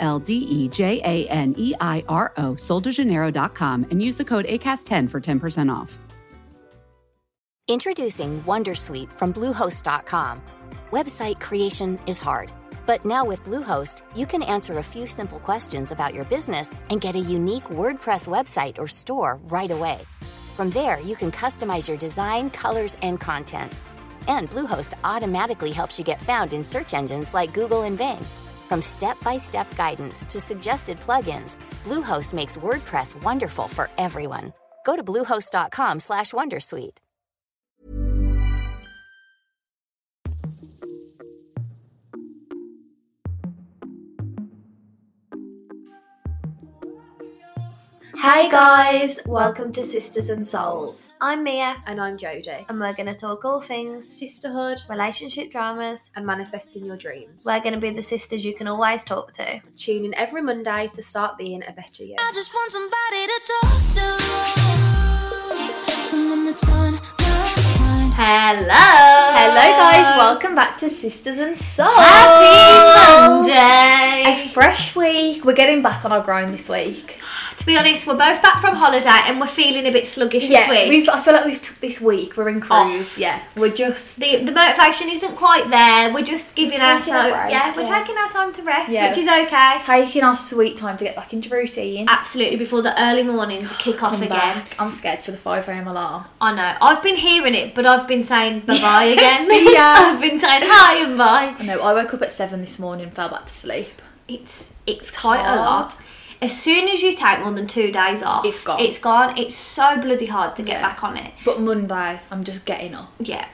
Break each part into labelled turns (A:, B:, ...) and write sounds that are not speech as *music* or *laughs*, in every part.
A: L D E J A N E I R O, soldejaneiro.com, and use the code ACAST10 for 10% off.
B: Introducing Wondersuite from Bluehost.com. Website creation is hard, but now with Bluehost, you can answer a few simple questions about your business and get a unique WordPress website or store right away. From there, you can customize your design, colors, and content. And Bluehost automatically helps you get found in search engines like Google and Bing. From step-by-step guidance to suggested plugins, Bluehost makes WordPress wonderful for everyone. Go to bluehost.com/wondersuite. slash Wondersuite.
C: Hey guys, welcome to Sisters and Souls.
D: I'm Mia,
C: And I'm Jodie.
D: and we're going to talk all things
C: Sisterhood
D: relationship dramas.
C: and manifesting your dreams.
D: We're going to be the sisters you can always talk to.
C: Tune in every Monday to start being a better you.
E: I just want somebody to talk to. Someone that's on my mind.
D: Hello!
C: Hello, guys, welcome back to Sisters and Souls.
D: Happy Monday!
C: A fresh week. We're getting back on our grind this week.
D: To be honest, we're both back from holiday and we're feeling a bit sluggish
C: yeah,
D: this week.
C: We've, I feel like we've took this week. We're in cruise.
D: Off.
C: Yeah, we're just.
D: The, the motivation isn't quite there. We're just giving
C: Taking a
D: ourselves,
C: break,
D: yeah, we're
C: yeah.
D: taking our time to rest,
C: Yeah.
D: which is okay.
C: taking our sweet time to get back into routine. Oh,
D: Absolutely, before the early mornings kick off
C: Come
D: again.
C: back. I'm scared for the 5 a.m. alarm.
D: I know. I've been hearing it, but I've been
C: *laughs*
D: saying bye bye again.
C: See ya.
D: *laughs* I've been saying hi and bye.
C: I know. I woke up at 7 this morning and fell back to sleep.
D: It's it's quite
C: hard.
D: a lot. As soon as you take more than two days off,
C: It's gone.
D: It's gone. It's so bloody hard to get
C: Yeah.
D: back on it.
C: But Monday, I'm just getting up.
D: Yeah,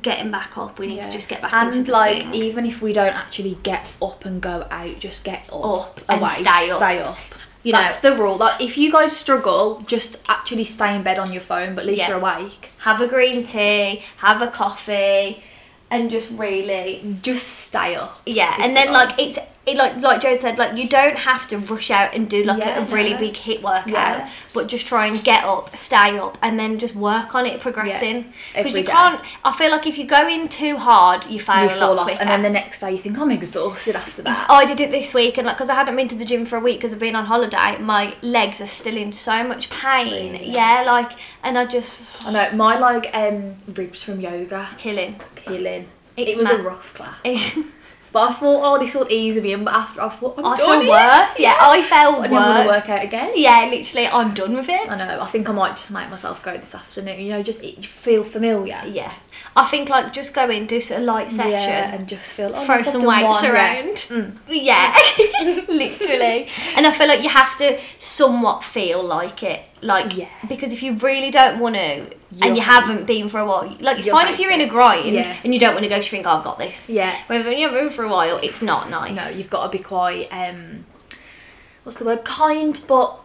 D: getting back up. We need to just get back
C: and
D: into the
C: like
D: swing.
C: even if we don't actually get up and go out just get up,
D: Up and
C: away,
D: stay up.
C: stay up
D: You
C: that's the rule like if you guys struggle just actually stay in bed on your phone but at least
D: Yeah.
C: you're awake
D: have a green tea, have a coffee, and just really
C: just stay up
D: yeah.
C: Is
D: and
C: the
D: then
C: goal.
D: like it's. It, like like Joe said, like you don't have to rush out and do like
C: Yeah,
D: a really
C: no.
D: big hit workout,
C: Yeah.
D: but just try and get up, stay up, and then just work on it progressing. Because
C: Every
D: you
C: day.
D: can't. I feel like if you go in too hard, you fail
C: you
D: a
C: fall
D: lot
C: off
D: quicker. Oh.
C: and then the next day you think i'm exhausted after that
D: I did it this week, and like, because I hadn't been to the gym for a week because I've been on holiday, my legs are still in so much pain. Yeah, like, and I just
C: i know my like um ribs from yoga
D: killing. *laughs*
C: peeling
D: It's
C: it was a
D: mad.
C: rough class but i thought oh this will ease me in but after i thought i'm
D: I
C: done
D: feel
C: here.
D: worse. Yeah, I felt
C: i
D: worse.
C: didn't want to work out again
D: Yeah, literally, I'm done with it.
C: I know. I think I might just make myself go this afternoon. You know, just it, feel familiar.
D: Yeah, I think like just go in, do sort of light session.
C: Yeah, and just feel oh,
D: throw
C: yes, I've
D: some
C: done
D: weights
C: one, Mm, yeah.
D: around.
C: *laughs*
D: Yeah, literally. And I feel like you have to somewhat feel like it, like
C: Yeah.
D: because if you really don't want to, and you
C: You'll-
D: haven't been for a while, like it's
C: You'll
D: fine if
C: hate
D: you're in
C: it.
D: a grind
C: Yeah.
D: and you don't want to go. 'cause You think "Oh, I've got this.
C: Yeah.
D: Whereas when you're been for a while, it's not nice.
C: No, you've got to be quite um, what's the word? Kind, but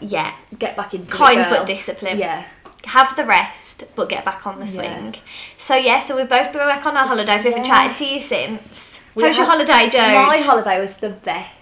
D: yeah.
C: get back into it,
D: Kind
C: girl.
D: but disciplined.
C: Yeah,
D: Have the rest, but get back on the swing. So yeah, so we've both been back on our holidays. We haven't
C: Yeah.
D: chatted to you since.
C: We
D: How's your
C: have-
D: holiday, Joe?
C: my holiday was the best.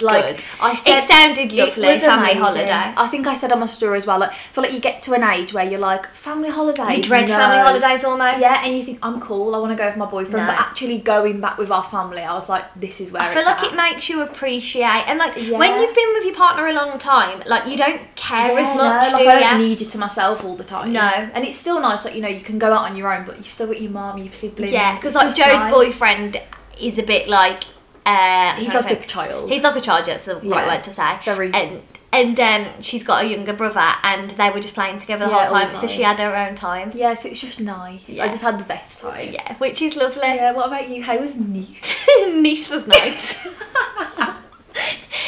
C: Like
D: good.
C: I said,
D: It sounded lovely,
C: was
D: family
C: amazing.
D: holiday.
C: I think I said on my story as well. Like, I feel like you get to an age where you're like, family holidays.
D: You dread
C: no.
D: family holidays almost.
C: Yeah, and you think I'm cool. I want to go with my boyfriend,
D: No.
C: but actually going back with our family, I was like, this is where
D: I feel
C: it's
D: like
C: at.
D: it makes you appreciate, and like
C: Yeah.
D: when you've been with your partner a long time, like you don't care as
C: Yeah,
D: much,
C: no,
D: do
C: like I don't
D: you?
C: need you to myself all the time.
D: No.
C: and it's still nice. Like you know, you can go out on your own, but you've still got your mum, you've siblings.
D: yeah,
C: It's
D: because like
C: just
D: Joe's
C: nice.
D: boyfriend is a bit like uh,
C: He's
D: trying to
C: like a
D: think.
C: child.
D: He's like a child. That's the
C: Yeah.
D: right word to say.
C: Very-
D: and and um, she's got a younger brother, and they were just playing together the
C: Yeah,
D: whole
C: all
D: time,
C: the
D: so she
C: time.
D: had her own time.
C: Yeah, so it's just nice. I
D: Yeah.
C: just had the best time.
D: Yeah, which is lovely.
C: Yeah, what about you? How was Nice?
D: *laughs* nice was nice. *laughs*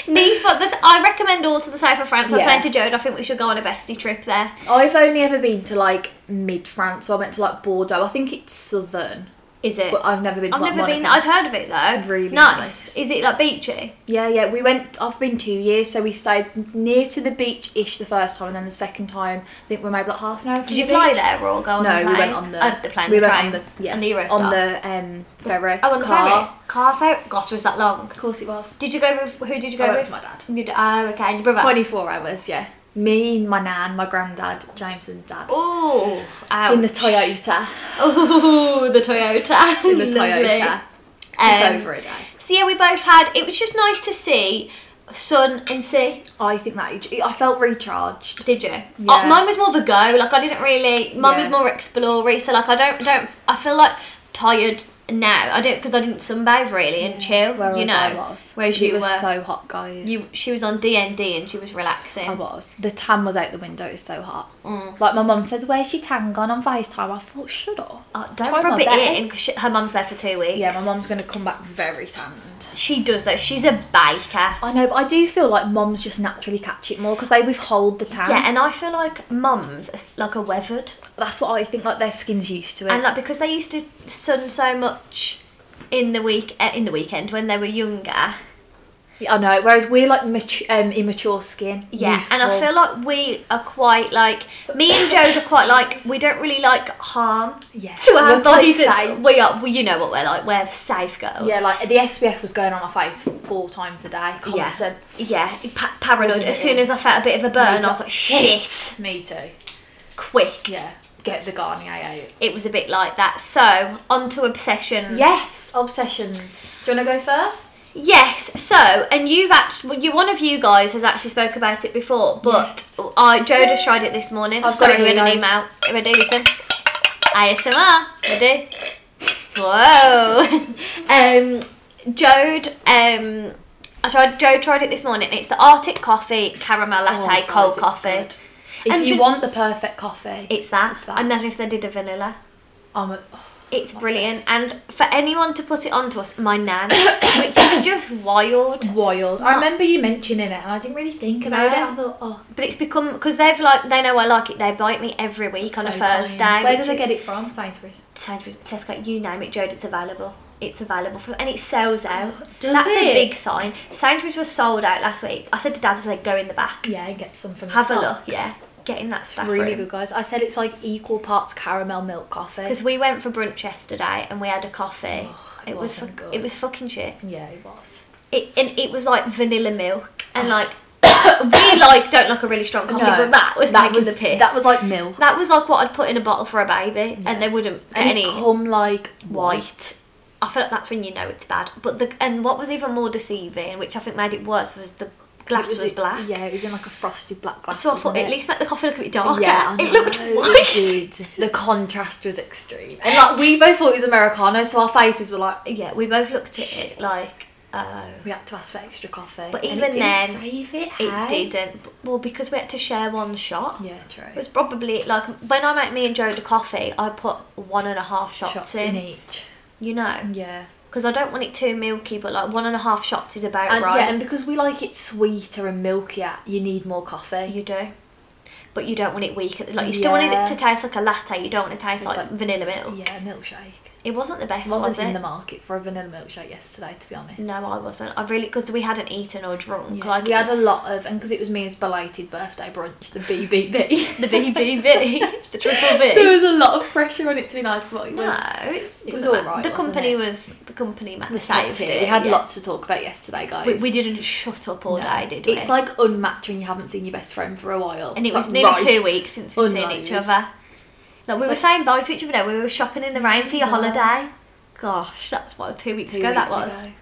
D: nice was this. I recommend all to the south of France. I was
C: Yeah.
D: saying to Joe, I think we should go on a bestie trip there.
C: I've only ever been to like mid France, so I went to like Bordeaux. I think it's southern,
D: Is it?
C: but I've never been to
D: I've
C: like
D: never been. I'd
C: Monaco.
D: heard of it though.
C: Really nice.
D: nice. Is it like beachy?
C: Yeah, yeah, we went. I've been two years, so we stayed near to the beach ish the first time, and then the second time, I think we maybe like half an hour.
D: Did you fly there or go on
C: No,
D: the plane?
C: we went on the,
D: Uh, the plane.
C: We
D: the
C: went
D: train,
C: on the yeah,
D: on the Eurostar.
C: on the um, ferry.
D: oh, on the
C: car.
D: ferry. Car ferry. Gosh, was that long?
C: Of course, it was
D: Did you go with who? Did you go
C: I went
D: with?
C: with my dad.
D: Your d- oh, okay. and Your brother.
C: twenty-four hours. Yeah, me, my nan, my granddad, James, and dad
D: Ooh.
C: in the Toyota.
D: Ooh, the Toyota.
C: *laughs* In the
D: Lovely.
C: Toyota,
D: Um,
C: over a day.
D: So yeah, we both had. It was just nice to see sun and sea.
C: I think that I felt recharged.
D: Did you?
C: Yeah.
D: Uh, mine was more of a go. Like I didn't really. Mine was
C: Yeah.
D: more exploratory. So like I don't don't. I feel like tired now. I don't because I didn't sunbathe really and chill.
C: Whereas
D: you know.
C: I was,
D: Whereas
C: it
D: you
C: was
D: were.
C: so hot, guys.
D: you she was on D and D and she was relaxing.
C: I was. The tan was out the window. It was so hot. Like my mum said, "Where's your tan gone on FaceTime?" I thought, "Shut up."
D: Oh,
C: Try
D: don't
C: my
D: rub it
C: best.
D: in. 'cause she- her mum's there for two weeks.
C: Yeah, my mum's gonna come back very tanned.
D: She does though. She's a biker.
C: I know, but I do feel like moms just naturally catch it more because they withhold the tan.
D: Yeah, and I feel like mums are like a weathered,
C: that's what I think. Like their skin's used to it.
D: and like because they used to sun so much in the week uh, in the weekend when they were younger.
C: I know. Whereas we're like matu- um, immature skin.
D: Yeah, and I feel like we are quite like me
C: *coughs*
D: and Jode are quite like we don't really like harm
C: Yeah.
D: to our
C: We're quite
D: bodies. and
C: safe.
D: We are, well, you know what we're like. We're safe girls.
C: yeah, like the SPF was going on my face four times a day, constant.
D: Yeah, yeah. Pa- paranoid. As soon as I felt a bit of a burn, I was like, shit,
C: Me too.
D: quick.
C: Yeah, get the Garnier out.
D: It was a bit like that. So on to obsessions.
C: Yes, obsessions. Do you want to go first?
D: Yes. So, and you've actually, well, you, one of you guys has actually spoke about it before, but I Jode has tried it this morning.
C: I've
D: Sorry,
C: got it
D: we
C: here,
D: had an email. Ready? Listen. ASMR. Ready? Whoa. *laughs* um, Jode. Um, I tried. Jode tried it this morning. It's the Arctic Coffee Caramel Latte
C: Oh, guys,
D: Cold
C: it's
D: Coffee.
C: good. If
D: And
C: you
D: ju-
C: want the perfect coffee,
D: It's that.
C: It's that.
D: Imagine if they did a vanilla.
C: I'm a, oh,
D: It's
C: I'm
D: brilliant,
C: obsessed.
D: and for anyone to put it onto us, my
C: *coughs*
D: nan, which is just wild.
C: wild. I remember you mentioning it, and I didn't really think about
D: No.
C: it. I thought, oh,
D: But it's become because they've like they know I like it. They bite me every week on
C: so
D: a Thursday.
C: kind. Where
D: which
C: did I
D: is-
C: get it from? Sainsbury's.
D: Sainsbury's, Tesco, you name it, Jode. It's available. It's available for and it sells out.
C: Oh, Does
D: That's
C: it?
D: a big sign. Sainsbury's was sold out last week. I said to Dad, I said, go in the back,
C: Yeah, and get some from. the
D: have a
C: stock.
D: look. Yeah, get in that staff
C: Really
D: room.
C: good, guys. I said it's like equal parts caramel milk coffee.
D: Because we went for brunch yesterday and we had a coffee.
C: it
D: it, was
C: Oh, wasn't
D: fuck-
C: good.
D: it was fucking shit.
C: Yeah, it was.
D: It and it was like vanilla milk
C: Oh.
D: and like *coughs* we like don't like a really strong coffee, but that was taking the piss.
C: That was like milk,
D: That was like what I'd put in a bottle for a baby, and they wouldn't get
C: and
D: any
C: it come like
D: white. I feel like that's when you know it's bad. But the and what was even more deceiving, which I think made it worse, was the glass
C: It
D: was,
C: it-
D: black.
C: Yeah, it was in like a frosted black glass.
D: So I
C: wasn't
D: thought at
C: it?
D: least make the coffee look a bit darker.
C: Yeah,
D: *laughs*
C: I
D: it looked
C: know,
D: white.
C: it did. The contrast was extreme, and
D: *laughs*
C: like we both thought it was americano, so our faces were like.
D: Yeah, we both looked at it like, oh,
C: We had to ask for extra coffee.
D: But even
C: and it didn't
D: then,
C: save it.
D: it
C: hey?
D: didn't. Well, because we had to share one shot.
C: Yeah, true.
D: It was probably like when I make me and Joe the coffee, I put one and a half shots,
C: shots
D: in,
C: in each.
D: You know,
C: Yeah.
D: because I don't want it too milky, but like one and a half shots is about
C: And
D: right.
C: yeah, and because we like it sweeter and milkier, you need more coffee.
D: You do. But you don't want it weak. Like you still want
C: Yeah.
D: it to taste like a latte. You don't want it to taste
C: It's
D: like,
C: like-
D: vanilla milk.
C: yeah, milkshake.
D: It wasn't the best,
C: wasn't
D: was it?
C: in the market for a vanilla milkshake yesterday, to be honest.
D: no, I wasn't. I really because we hadn't eaten or drunk.
C: Yeah,
D: Like
C: we had a lot of, and because it was Mia's belated birthday brunch, the BBB.
D: *laughs* the BBB, the triple
C: *laughs* there
D: B.
C: was a lot of pressure on it to be nice, but it
D: No,
C: was.
D: it,
C: it was
D: doesn't
C: all right,
D: The
C: wasn't
D: company
C: it?
D: was the company
C: We
D: matter
C: saved
D: saved
C: it.
D: it.
C: We had
D: yeah.
C: lots to talk about yesterday, guys.
D: We, we didn't shut up all day, did we?
C: It's like unmatched when you haven't seen your best friend for a while.
D: and it
C: It's
D: was
C: like
D: nearly
C: roast,
D: two weeks since we'd seen
C: unload.
D: each other. Like we were
C: like-
D: saying bye to each other. We were shopping in the rain for your holiday. Gosh, that's what two weeks
C: Two
D: ago that
C: weeks
D: was.
C: ago.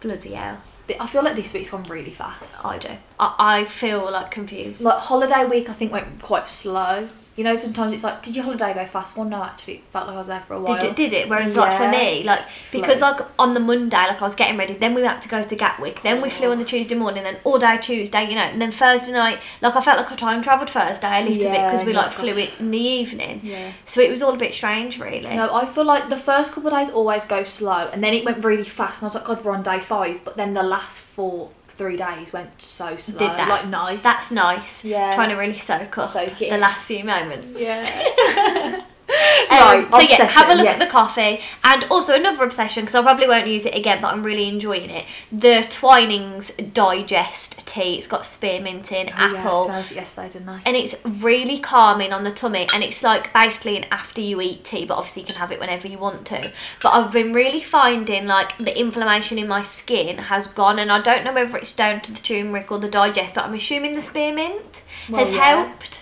D: Bloody hell!
C: But I feel like this week's gone really fast.
D: I do. I, I feel like confused.
C: Like holiday week, I think went quite slow. You know, sometimes it's like, did your holiday go fast? Well, no, actually, it felt like I was there for a while.
D: did it, did it? Whereas like for
C: Yeah.
D: me, like because
C: Float.
D: like on the Monday, like I was getting ready. Then we had to go to Gatwick. Then we flew on the Tuesday morning. Then all day Tuesday, you know. And then Thursday night, like I felt like I time travelled Thursday a little bit 'cause bit
C: Yeah,
D: because we
C: yeah,
D: like flew
C: gosh.
D: it in the evening.
C: Yeah.
D: So it was all a bit strange, really.
C: No, I feel like the first couple of days always go slow, and then it went really fast, and I was like, God, we're on day five. But then the last four, three days went so slow.
D: Did that?
C: uh, Like nice.
D: That's nice.
C: Yeah.
D: Trying to really soak up
C: Soak it
D: the
C: in.
D: last few moments. *laughs*
C: yeah.
D: Um,
C: Right,
D: so yeah, have a
C: obsession,
D: look at the
C: yes.
D: coffee, and also another obsession because I probably won't use it again, but I'm really enjoying it. The Twinings Digest tea. It's got spearmint in, apple,
C: Yeah, Oh, I smelled it yesterday, didn't I?
D: and it's really calming on the tummy. And it's like basically an after you eat tea, but obviously you can have it whenever you want to. But I've been really finding like the inflammation in my skin has gone, and I don't know whether it's down to the turmeric or the digest, but I'm assuming the spearmint has
C: yeah.
D: helped.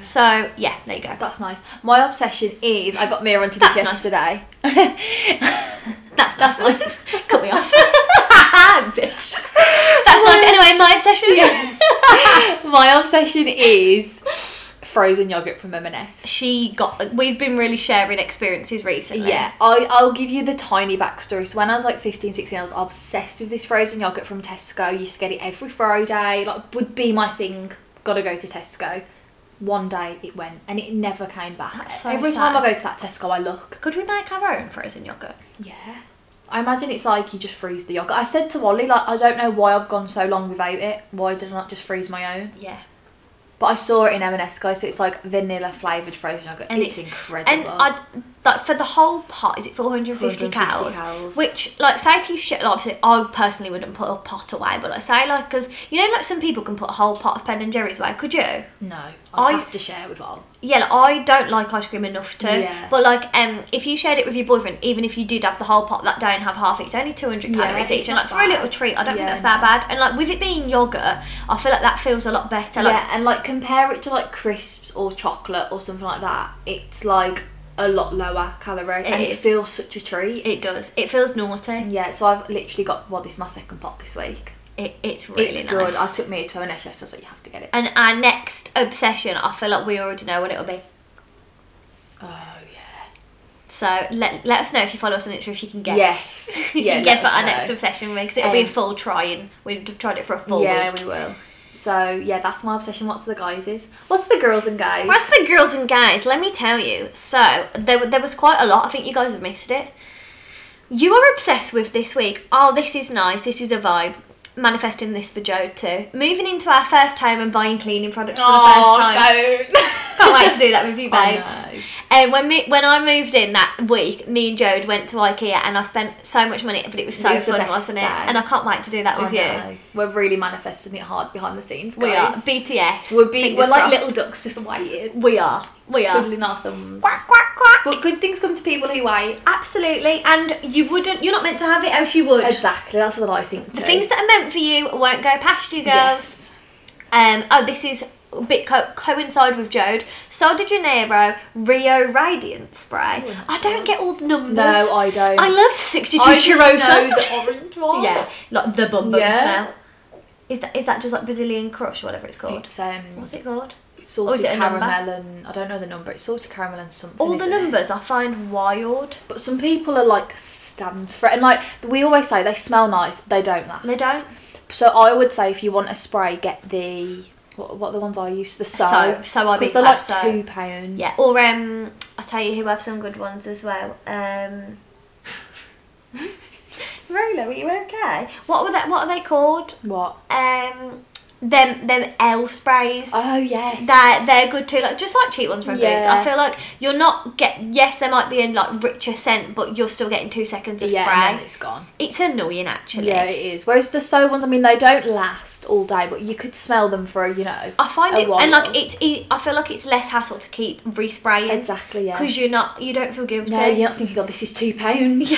D: So yeah, there you go.
C: That's nice. My obsession is I got Mira onto this
D: That's nice.
C: yesterday.
D: *laughs* That's that's nice.
C: *laughs*
D: Cut me off. Bitch. That's
C: *laughs*
D: nice. Anyway, my obsession.
C: My obsession is frozen yogurt from
D: *laughs*
C: M&S.
D: She got. We've been really sharing experiences recently.
C: Yeah, I, I'll give you the tiny backstory. So when I was like 15, 16, I was obsessed with this frozen yogurt from Tesco. Used to get it every Friday. Like, would be my thing. Gotta go to Tesco. One day it went and it never came back.
D: That's so
C: every time
D: sad.
C: I go to that Tesco, I look.
D: Could we make our own frozen yogurt?
C: Yeah. I imagine it's like you just freeze the yogurt. I said to Wally, like, I don't know why I've gone so long without it. Why did I not just freeze my own?
D: Yeah.
C: But I saw it in M&S, guys. So it's like vanilla flavored frozen yogurt.
D: And
C: it's,
D: it's,
C: incredible.
D: And I'd, like for the whole pot, is it 450
C: 450
D: cows?
C: cows.
D: Which, like, say if you ship, like, obviously, I personally wouldn't put a pot away, but like, say, like, because you know, like, some people can put a whole pot of Ben and Jerry's away. Could you?
C: no, I'd
D: I-
C: have to share with Val.
D: yeah, like, I don't like ice cream enough to.
C: Yeah.
D: But like, um, if you shared it with your boyfriend, even if you did have the whole pot that day and have half, it's only two hundred
C: Yeah,
D: calories
C: it's
D: each. And like
C: not
D: for a
C: bad.
D: little treat, I don't
C: Yeah,
D: think that's that bad. And like with it being yogurt, I feel like that feels a lot better. Like,
C: yeah, and like compare it to like crisps or chocolate or something like that. It's like a lot lower calorie, and it
D: is.
C: feels such a treat.
D: It does. It feels naughty.
C: yeah, so I've literally got well, this is my second pot this week.
D: It, it's really
C: it's
D: nice.
C: good. I took me to an S yesterday, so you have to get it.
D: and our next obsession, I feel like we already know what it'll be.
C: oh yeah,
D: So let, let us know if you follow us on Twitter if you can guess.
C: Yes.
D: *laughs* If you
C: Yeah,
D: can
C: let
D: guess what
C: us
D: our
C: know.
D: next obsession will be because it'll be a
C: Um,
D: full trying. We've tried it for a full
C: yeah,
D: week.
C: we will. So yeah, that's my obsession. What's the guys' What's the girls and guys?
D: What's the girls and guys? Let me tell you. So there, there was quite a lot. I think you guys have missed it. You are obsessed with this week. Oh, this is nice. This is a vibe. Manifesting this for Joe too. Moving into our first home and buying cleaning products for the first time.
C: Oh, *laughs* don't.
D: *laughs* Can't wait to do that with you,
C: *laughs* I
D: babes.
C: know.
D: And when me, when I moved in that week, me and Jode went to IKEA, and I spent so much money, but it was so
C: It was the
D: fun,
C: best
D: wasn't it?
C: day.
D: And I can't wait to do that with you.
C: We're really manifesting it hard behind the scenes,
D: We are
C: guys.
D: BTS.
C: We're, be- we're
D: fingers
C: like
D: crossed.
C: little ducks just waiting,
D: We are. We are.
C: twiddling our thumbs.
D: Quack quack quack.
C: But good things come to people who wait.
D: Absolutely, and you wouldn't. You're not meant to have it, else you would.
C: Exactly, that's what I think.
D: The
C: too.
D: things that are meant for you won't go past you, girls.
C: Yes.
D: Um. Oh, this is a bit co- coincide with Jode. Sol de Janeiro Rio Radiant Spray. I don't get all the numbers.
C: Oh, No, I don't.
D: I love 62
C: I just know
D: Cheirosa.
C: the orange one.
D: yeah, like the bum bum
C: Yeah.
D: smell. Is that is that just like Brazilian Crush or whatever it's called?
C: It's um,
D: What's it called?
C: sort
D: or is
C: of
D: it a number?
C: caramel and I don't know the number. It's sort of caramel and something.
D: All the
C: isn't it?
D: numbers I find wild.
C: But some people are like stands for it, and like we always say, they smell nice. They don't last.
D: They don't.
C: So I would say if you want a spray, get the what, what are the ones I use the soap.
D: Soap. So I
C: because
D: make
C: they're
D: that
C: like
D: soap.
C: two pound.
D: Yeah, or um, I tell you who have some good ones as well. Um, *laughs* Rola, are you okay? What were that? What are they called?
C: What?
D: Um, them them L sprays.
C: Oh yeah.
D: They're they're good too, like just like cheap ones from Boots.
C: Yeah.
D: I feel like you're not get. Yes, there might be a like richer scent, but you're still getting two seconds of
C: yeah, and
D: spray.
C: then it's gone.
D: It's annoying actually.
C: Yeah, it is. Whereas the so ones, I mean, they don't last all day, but you could smell them for you know.
D: I find
C: a
D: it
C: while.
D: and like it's. e- I feel like it's less hassle to keep respraying.
C: exactly yeah.
D: Because you're not, you don't feel guilty.
C: no, you're not thinking, God, this is
D: *laughs*
C: two pounds.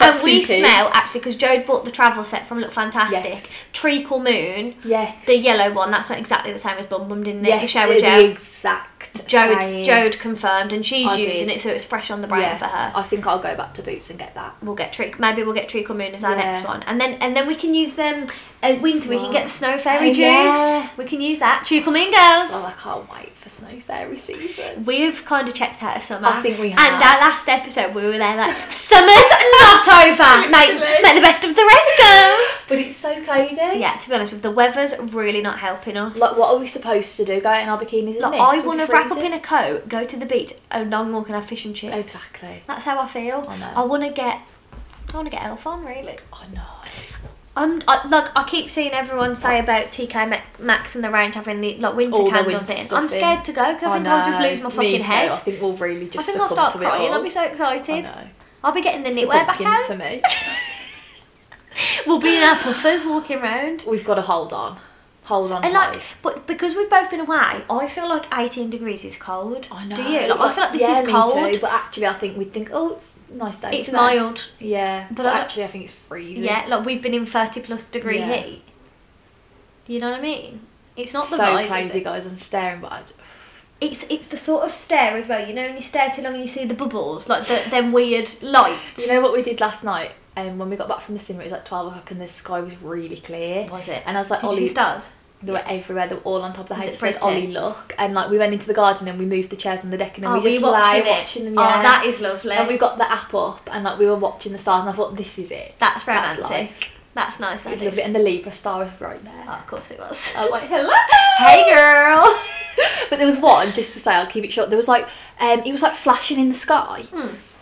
D: and we smell actually because Jode bought the travel set from Look Fantastic.
C: Yes.
D: Treacle Moon,
C: Yes.
D: the yellow one, that smelled exactly the same as Bum Bum, didn't it?
C: yes,
D: the shower
C: the, the
D: gel.
C: exact.
D: Jode,
C: same.
D: Jode confirmed, and she's
C: I
D: using
C: did.
D: it, so it's fresh on the brain
C: Yeah,
D: for her.
C: I think I'll go back to Boots and get that.
D: We'll get trick. Maybe we'll get Treacle Moon as our
C: Yeah.
D: next one, and then and then we can use them. At winter, we can get the Snow Fairy
C: Oh,
D: June.
C: yeah.
D: We can use that Treacle Moon girls.
C: Oh, I can't wait for Snow Fairy season.
D: We've kind of checked out of summer.
C: I think we have.
D: And our last episode, we were there like, *laughs* summer's not over. Make,
C: Literally.
D: make the best of the rest, girls.
C: But it's so cozy.
D: yeah, to be honest, with the weather's really not helping us.
C: Like, what are we supposed to do? Go out in our bikinis?
D: Like,
C: and
D: I want to wrap up in a coat, go to the beach, a long walk, and have fish and chips.
C: Exactly.
D: That's how I feel.
C: I know.
D: want to get. I want to get elf on really.
C: Oh no.
D: I'm I, like I keep seeing everyone say about TK Ma- Maxx and the range having the like winter
C: All the
D: candles
C: winter
D: in. I'm
C: stuff in.
D: scared to go because I, think I'll just
C: know.
D: lose my
C: Me
D: fucking
C: too.
D: head.
C: I think we'll really
D: I
C: just.
D: think I'll
C: succumb
D: start
C: to it
D: crying.
C: all.
D: I'll be so
C: I
D: excited.
C: know.
D: I'll be getting the
C: It's the
D: knitwear back
C: pumpkins
D: out.
C: for me.
D: We'll be in our puffers walking round.
C: We've got to hold on. Hold on.
D: And like,
C: tight.
D: but because we've both been away, I feel like 18 degrees is cold.
C: I know.
D: Do you? Like, I feel like this
C: yeah,
D: is
C: me
D: cold.
C: Too, but actually, I think we'd think, oh, it's a nice day.
D: it's
C: today.
D: mild.
C: Yeah,
D: But
C: but,
D: I don't-
C: actually, I think it's freezing.
D: Yeah, like we've been in 30 plus degree
C: Yeah.
D: heat. You know what I mean? It's not the
C: So
D: vibe. is
C: crazy,
D: it?
C: guys. I'm staring, but I j-
D: It's it's the sort of stare as well. You know, when you stare too long and you see the bubbles, like the, them weird lights.
C: you know what we did last night? Um, when we got back from the cinema, it was like twelve o'clock, and the sky was really clear.
D: was it?
C: And I was like,
D: Did you
C: Ollie,
D: see stars?
C: They were everywhere. They were all on top of the
D: Was
C: house.
D: it
C: It said,
D: pretty?
C: "Ollie, look!" And like we went into the garden and we moved the chairs on the deck and then
D: Are
C: we just
D: Oh, we watching
C: lay
D: it?
C: watching them.
D: Oh,
C: Yeah,
D: that is lovely.
C: and we got the app up and like we were watching the stars and I thought, "This is it."
D: That's
C: That's
D: romantic.
C: life.
D: That's, nice.
C: It
D: That
C: was
D: is.
C: lovely. And the Libra star was right there.
D: Oh, of course it was.
C: I
D: *laughs*
C: was like, "Hello."
D: hey, girl.
C: But there was one, just to say, I'll keep it short. There was like, um, it was like flashing in the sky,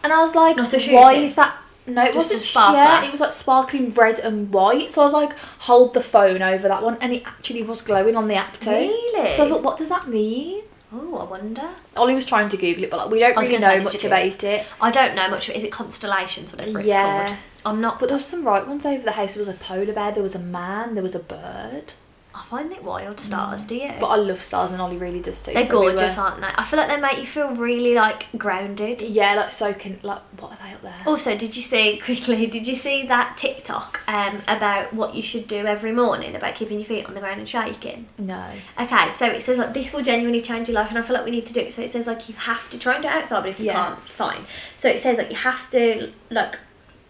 C: and I was like,
D: Hmm. Not a
C: "Why
D: shooting?
C: is that?" No, it
D: Just a
C: wasn't. sh-
D: sparkler.
C: Yeah, it was like sparkling red and white. So I was like, "Hold the phone over that one," and it actually was glowing on the app too.
D: Really?
C: So I thought, "What does that mean?"
D: *laughs* Oh, I wonder.
C: Ollie was trying to Google it, but like we don't
D: I was
C: really
D: gonna say,
C: know
D: did
C: much
D: you?
C: about it.
D: I don't know much. Is it constellations? Whatever it's
C: Yeah.
D: called. I'm not.
C: But there was some right ones over the house. There was a polar bear. There was a man. There was a bird.
D: I find it wild stars. Do you?
C: Mm. But I love stars, and Ollie really does too.
D: They're
C: so we
D: gorgeous,
C: were-
D: aren't they? I feel like they make you feel really like grounded.
C: yeah, like so can like what are they up there?
D: Also, did you see *laughs* quickly? Did you see that TikTok um, about what you should do every morning about keeping your feet on the ground and shaking?
C: No.
D: Okay, so it says like this will genuinely change your life, and I feel like we need to do it. So it says like you have to try and do it outside, but if you
C: Yeah.
D: can't, it's fine. So it says like you have to like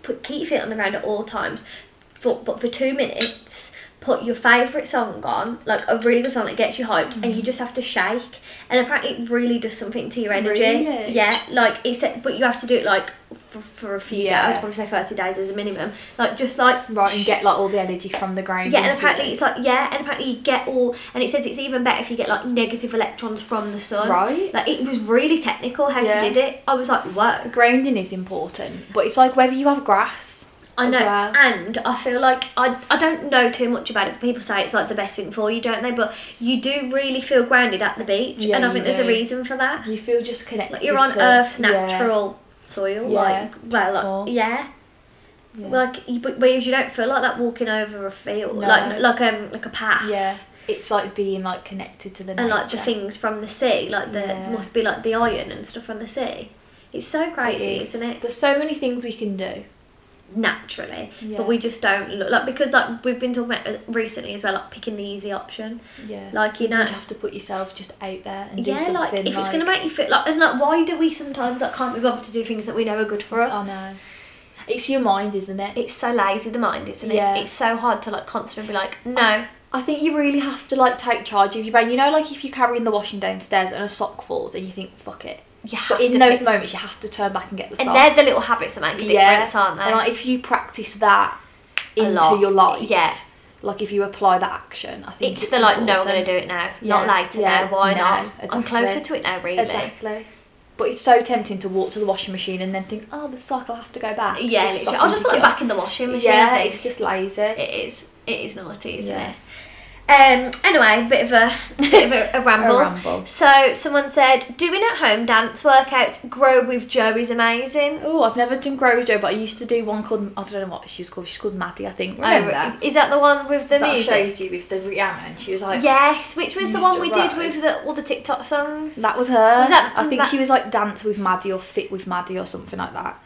D: put keep your feet on the ground at all times, for, but for two minutes, put your favourite song on, like a really good song that gets you hyped, and
C: Mm-hmm.
D: you just have to shake. And apparently, it really does something to your energy.
C: Really?
D: Yeah, like it's but you have to do it like for, for a few days.
C: Yeah.
D: I'd probably say thirty days as a minimum. Like just like
C: Right, and
D: sh-
C: get like all the energy from the ground.
D: yeah, and
C: into
D: apparently
C: it.
D: it's like yeah, and apparently you get all, and it says it's even better if you get like negative electrons from the sun.
C: Right.
D: Like it was really technical how
C: Yeah.
D: she did it. I was like, whoa.
C: grounding is important, but it's like whether you have grass.
D: I
C: as
D: know,
C: well.
D: and I feel like I, I don't know too much about it. But people say it's like the best thing for you, don't they? But you do really feel grounded at the beach,
C: Yeah,
D: and I
C: you
D: think there's a
C: do.
D: reason for that.
C: You feel just connected.
D: Like you're on
C: to-
D: Earth's
C: yeah,
D: natural soil,
C: Yeah.
D: like well, like,
C: Full.
D: yeah.
C: Yeah.
D: Like, you- but whereas you don't feel like that walking over a field,
C: No.
D: like like um like a path.
C: yeah. It's like being like connected to the
D: and like the
C: nature.
D: things from the sea, like the
C: Yeah.
D: must be like the iron and stuff from the sea. It's so crazy, is. not it?
C: There's so many things we can do.
D: Naturally,
C: Yeah.
D: but we just don't look like because like we've been talking about uh, recently as well, like picking the easy option.
C: Yeah.
D: Like, you
C: sometimes
D: know-
C: you have to put yourself just out there and do
D: yeah,
C: something.
D: like if it's gonna make you feel like and like why do we sometimes like can't be bothered to do things that we know are good for
C: Oh
D: us?
C: no, it's your mind, isn't it?
D: It's so lazy the mind, isn't
C: Yeah. Oh.
D: it? It's so hard to like constantly be like no.
C: I think you really have to like take charge of your brain. You know, like if you're carrying the washing downstairs and a sock falls and you think fuck it,
D: You have
C: but in
D: to
C: those
D: pick-
C: moments you have to turn back and get the
D: and
C: sock.
D: they're the little habits that make a difference, aren't they?
C: And like if you practice that
D: A
C: into
D: lot.
C: your life,
D: Yeah.
C: Like if you apply that action, I think
D: It's the like, no, I'm going
C: important.
D: to do it now,
C: Yeah,
D: not later.
C: yeah,
D: now, why
C: no,
D: not? I'm
C: exactly.
D: closer to it now, really.
C: Exactly. But it's so tempting to walk to the washing machine and then think, oh, the sock, I'll have to go back.
D: Yeah,
C: Just stop
D: literally. I'll
C: and
D: just
C: pick
D: put
C: it
D: them
C: up.
D: back in the washing machine.
C: Yeah,
D: please.
C: it's just lazy.
D: it is. It is naughty, isn't
C: Yeah.
D: it? Um, anyway, bit of a *laughs* bit of a, a ramble.
C: ramble.
D: So someone said, "Doing at home dance workouts, grow with Joe is amazing."
C: Oh, I've never done Grow with Joe, but I used to do one called I don't know what she was called. She's called Maddie, I think. Remember
D: Oh, is that the one with the
C: that I
D: music?
C: showed you with the Rihanna, and she was like,
D: Yes, which was the
C: Used
D: one
C: to
D: we did
C: ride.
D: with the, all the TikTok songs.
C: that was her.
D: Was that-
C: I think
D: that-
C: she was like dance with Maddie or fit with Maddie or something like that.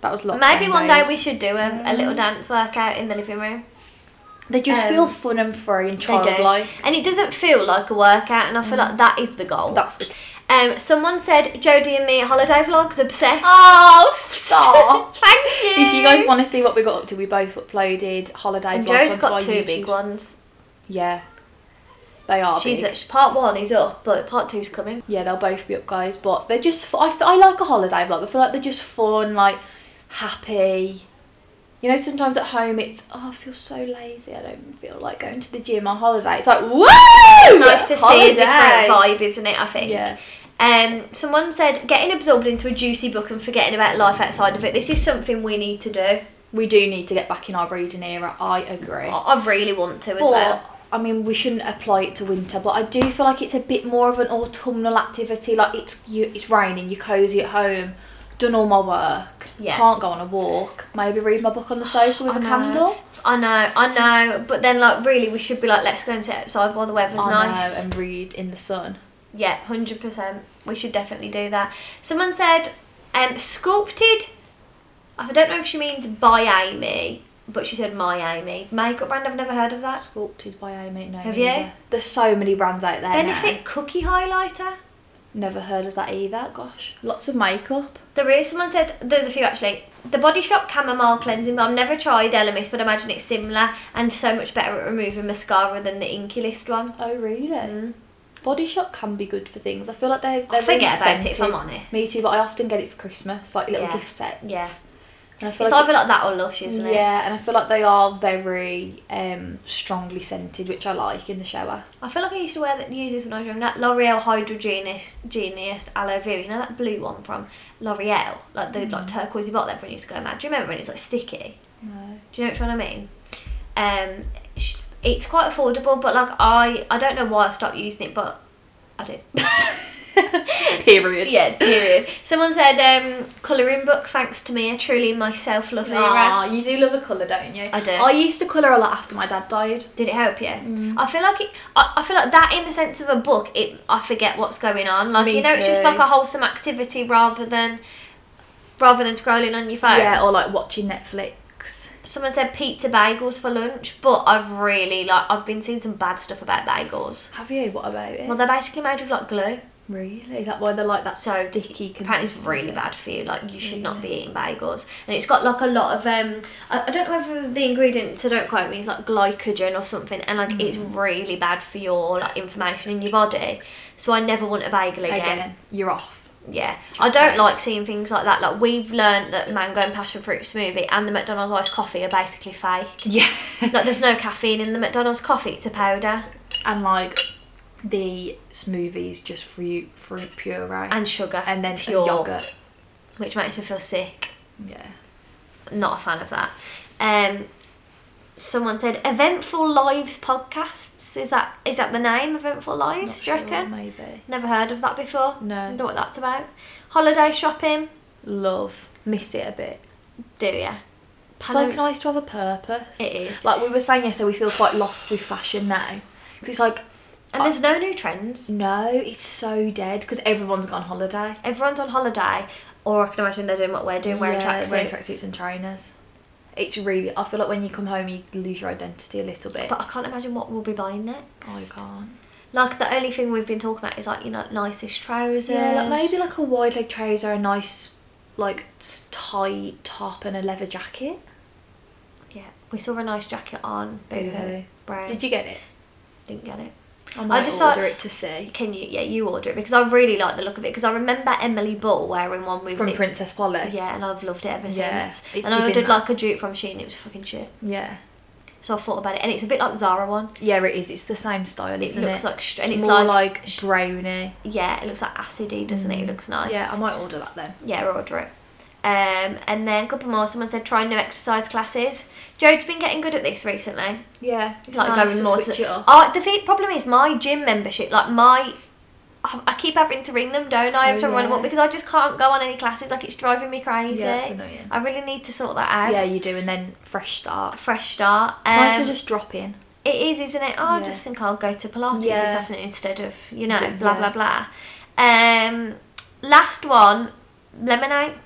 C: That was lockdown
D: Maybe one day
C: days.
D: we should do a, a
C: Mm.
D: little dance workout in the living room.
C: They just
D: um,
C: feel fun and free and
D: They do.
C: childlike.
D: And it doesn't feel like a workout, and I feel like that is the goal.
C: Mm. That's the
D: Um, someone said Jodie and me at holiday vlogs obsessed.
C: oh
D: *laughs*
C: stop.
D: Thank you.
C: If you guys want to see what we got up to, we both uploaded holiday
D: um, and
C: vlogs.
D: Jode's
C: onto
D: got
C: our
D: two
C: YouTube.
D: big ones.
C: Yeah, they are.
D: She's
C: big.
D: at, part one is up, but part two's coming.
C: yeah, they'll both be up, guys. But they're just. f- I, f- I like a holiday vlog. I feel like they're just fun, like happy. You know, sometimes at home it's oh, I feel so lazy. I don't feel like going to the gym on holiday. It's like woo!
D: It's nice to see a different vibe, isn't it? I think.
C: Yeah.
D: Um, someone said getting absorbed into a juicy book and forgetting about life outside of it. This is something we need to do. I,
C: We do need to get back in our reading era. I agree.
D: I really want to as
C: But,
D: well.
C: I mean, we shouldn't apply it to winter, but I do feel like it's a bit more of an autumnal activity. Like it's you, it's raining, you're cozy at home, done all my work,
D: Yeah.
C: can't go on a walk. Maybe read my book on the sofa with
D: I
C: a
D: know.
C: candle.
D: I know, I know, but then like really, we should be like, let's go and sit outside while the weather's
C: I know,
D: nice.
C: and read in the sun.
D: Yeah, hundred percent. We should definitely do that. Someone said, um, sculpted. I don't know if she means by Amy, but she said my Amy makeup brand. I've never heard of that.
C: Sculpted by Amy. No,
D: Have
C: me
D: you?
C: either. There's so many brands out there. now.
D: Benefit cookie highlighter.
C: Never heard of that either. Gosh, lots of makeup.
D: There is. Someone said there's a few actually. The Body Shop Chamomile Cleansing Balm. Never tried Elemis, but imagine it's similar and so much better at removing mascara than the Inky List one.
C: Oh really? Body Shop can be good for things. I feel like they.
D: I
C: They
D: forget about it, if I'm honest.
C: Me too, but I often get it for Christmas, like little
D: Yeah.
C: gift sets.
D: Yeah.
C: And I feel
D: It's
C: like
D: either like that or Lush, isn't it?
C: Yeah, and I feel like they are very um, strongly scented, which I like in the shower.
D: I feel like I used to wear that use this when I was younger. That L'Oreal Hydrogenius Genius Aloe Vera. You know that blue one from L'Oreal, like the
C: Mm.
D: like turquoisey bottle that everyone used to go mad. Do you remember when it's like sticky?
C: No.
D: Do you know which one I mean? Um, sh- it's quite affordable, but like I I don't know why I stopped using it, but I did.
C: *laughs* Period.
D: yeah, period. Someone said um, colouring book. Thanks to me, truly in my self love era.
C: you do love a colour, don't you?
D: I do.
C: I used to colour a lot after my dad died.
D: Did it help you?
C: Mm.
D: I feel like it. I, I feel like that, in the sense of a book, it. I forget what's going on. Like
C: Me
D: you know, it's just
C: too.
D: like a wholesome activity rather than, rather than scrolling on your phone.
C: Yeah, or like watching Netflix.
D: Someone said pizza bagels for lunch, but I've really like I've been seeing some bad stuff about bagels.
C: Have you? What about it?
D: Well, they're basically made with like glue,
C: really? Is that why they're like that
D: so
C: sticky
D: apparently
C: consistency?
D: it's really bad for you. Like you should not be eating bagels, and it's got like a lot of um. I, I don't know whether the ingredients. So don't quote me. It's like glycogen or something, and like it's
C: Mm.
D: really bad for your like inflammation in your body. So I never want a bagel again.
C: Again, you're off.
D: Yeah, I don't like seeing things like that. Like we've learned that mango and passion fruit smoothie and the McDonald's iced coffee are basically
C: *laughs*
D: fake.
C: Yeah.
D: Like there's no caffeine in the McDonald's coffee. It's a powder
C: and like the smoothies, just fruit, fruit puree.
D: and sugar
C: and then
D: pure
C: a yogurt.
D: which makes me feel sick.
C: Yeah.
D: Not a fan of that. Um, someone said eventful lives podcasts. Is that is that the name eventful lives?
C: Not
D: do you
C: sure,
D: reckon?
C: Maybe.
D: Never heard of that before.
C: No.
D: Don't know what that's about. Holiday shopping.
C: Love. Miss it a bit.
D: Do ya?
C: It's like nice to have a purpose.
D: It is.
C: Like we were saying yesterday, we feel quite lost with fashion now. Because it's like,
D: and there's no new trends.
C: no, it's so dead because everyone's gone holiday.
D: Everyone's on holiday, or I can imagine they're doing what we're doing, wearing
C: Yeah,
D: tracksuits.
C: Wearing tracksuits and trainers. It's really, I feel like when you come home, you lose your identity a little bit.
D: But I can't imagine what we'll be buying next.
C: oh, you can't.
D: Like the only thing we've been talking about is like you know nicest trousers.
C: Yeah, like maybe like a wide leg trouser, a nice, like, s- tight top, and a leather jacket.
D: yeah. We saw a nice jacket on.
C: Boohoo.
D: Boohoo. Brown.
C: Did you get it?
D: Didn't get it.
C: I might
D: decide-
C: order it to see.
D: Can you? Yeah, you order it because I really like the look of it. Because I remember Emily Ball wearing one with
C: From
D: it.
C: Princess Polly.
D: Yeah, and I've loved it ever
C: Yeah,
D: since.
C: it's
D: and I
C: giving
D: ordered
C: that.
D: like a dupe from Shein. It was fucking shit.
C: Yeah.
D: So I thought about it, and it's a bit like the Zara one.
C: Yeah, it is. It's the same style,
D: It
C: isn't
D: looks
C: it?
D: like str-
C: it's
D: and it's
C: more
D: like-
C: like, brownie. Mm.
D: Yeah, it looks like acidy, doesn't it? It looks nice.
C: Yeah, I might order that then.
D: Yeah, order it. Um, and then a couple more. Someone said try new exercise classes. Jode's been getting good at this recently.
C: Yeah, it's
D: like
C: nice
D: going
C: to
D: more
C: switch
D: to.
C: it up.
D: Oh, the fe- problem is my gym membership. Like my, I I keep having to ring them, don't I? I have
C: Oh,
D: to run them
C: yeah.
D: up because I just can't go on any classes. Like it's driving me crazy.
C: Yeah, it's annoying.
D: I really need to sort that out.
C: Yeah, you do, and then fresh
D: A
C: start. It's
D: fresh start.
C: nice to
D: Um,
C: just drop in.
D: it is, isn't it? Oh, I
C: Yeah.
D: just think I'll go to Pilates
C: Yeah.
D: this afternoon instead of, you know,
C: Yeah.
D: blah, blah, blah. Um, last one, lemonade.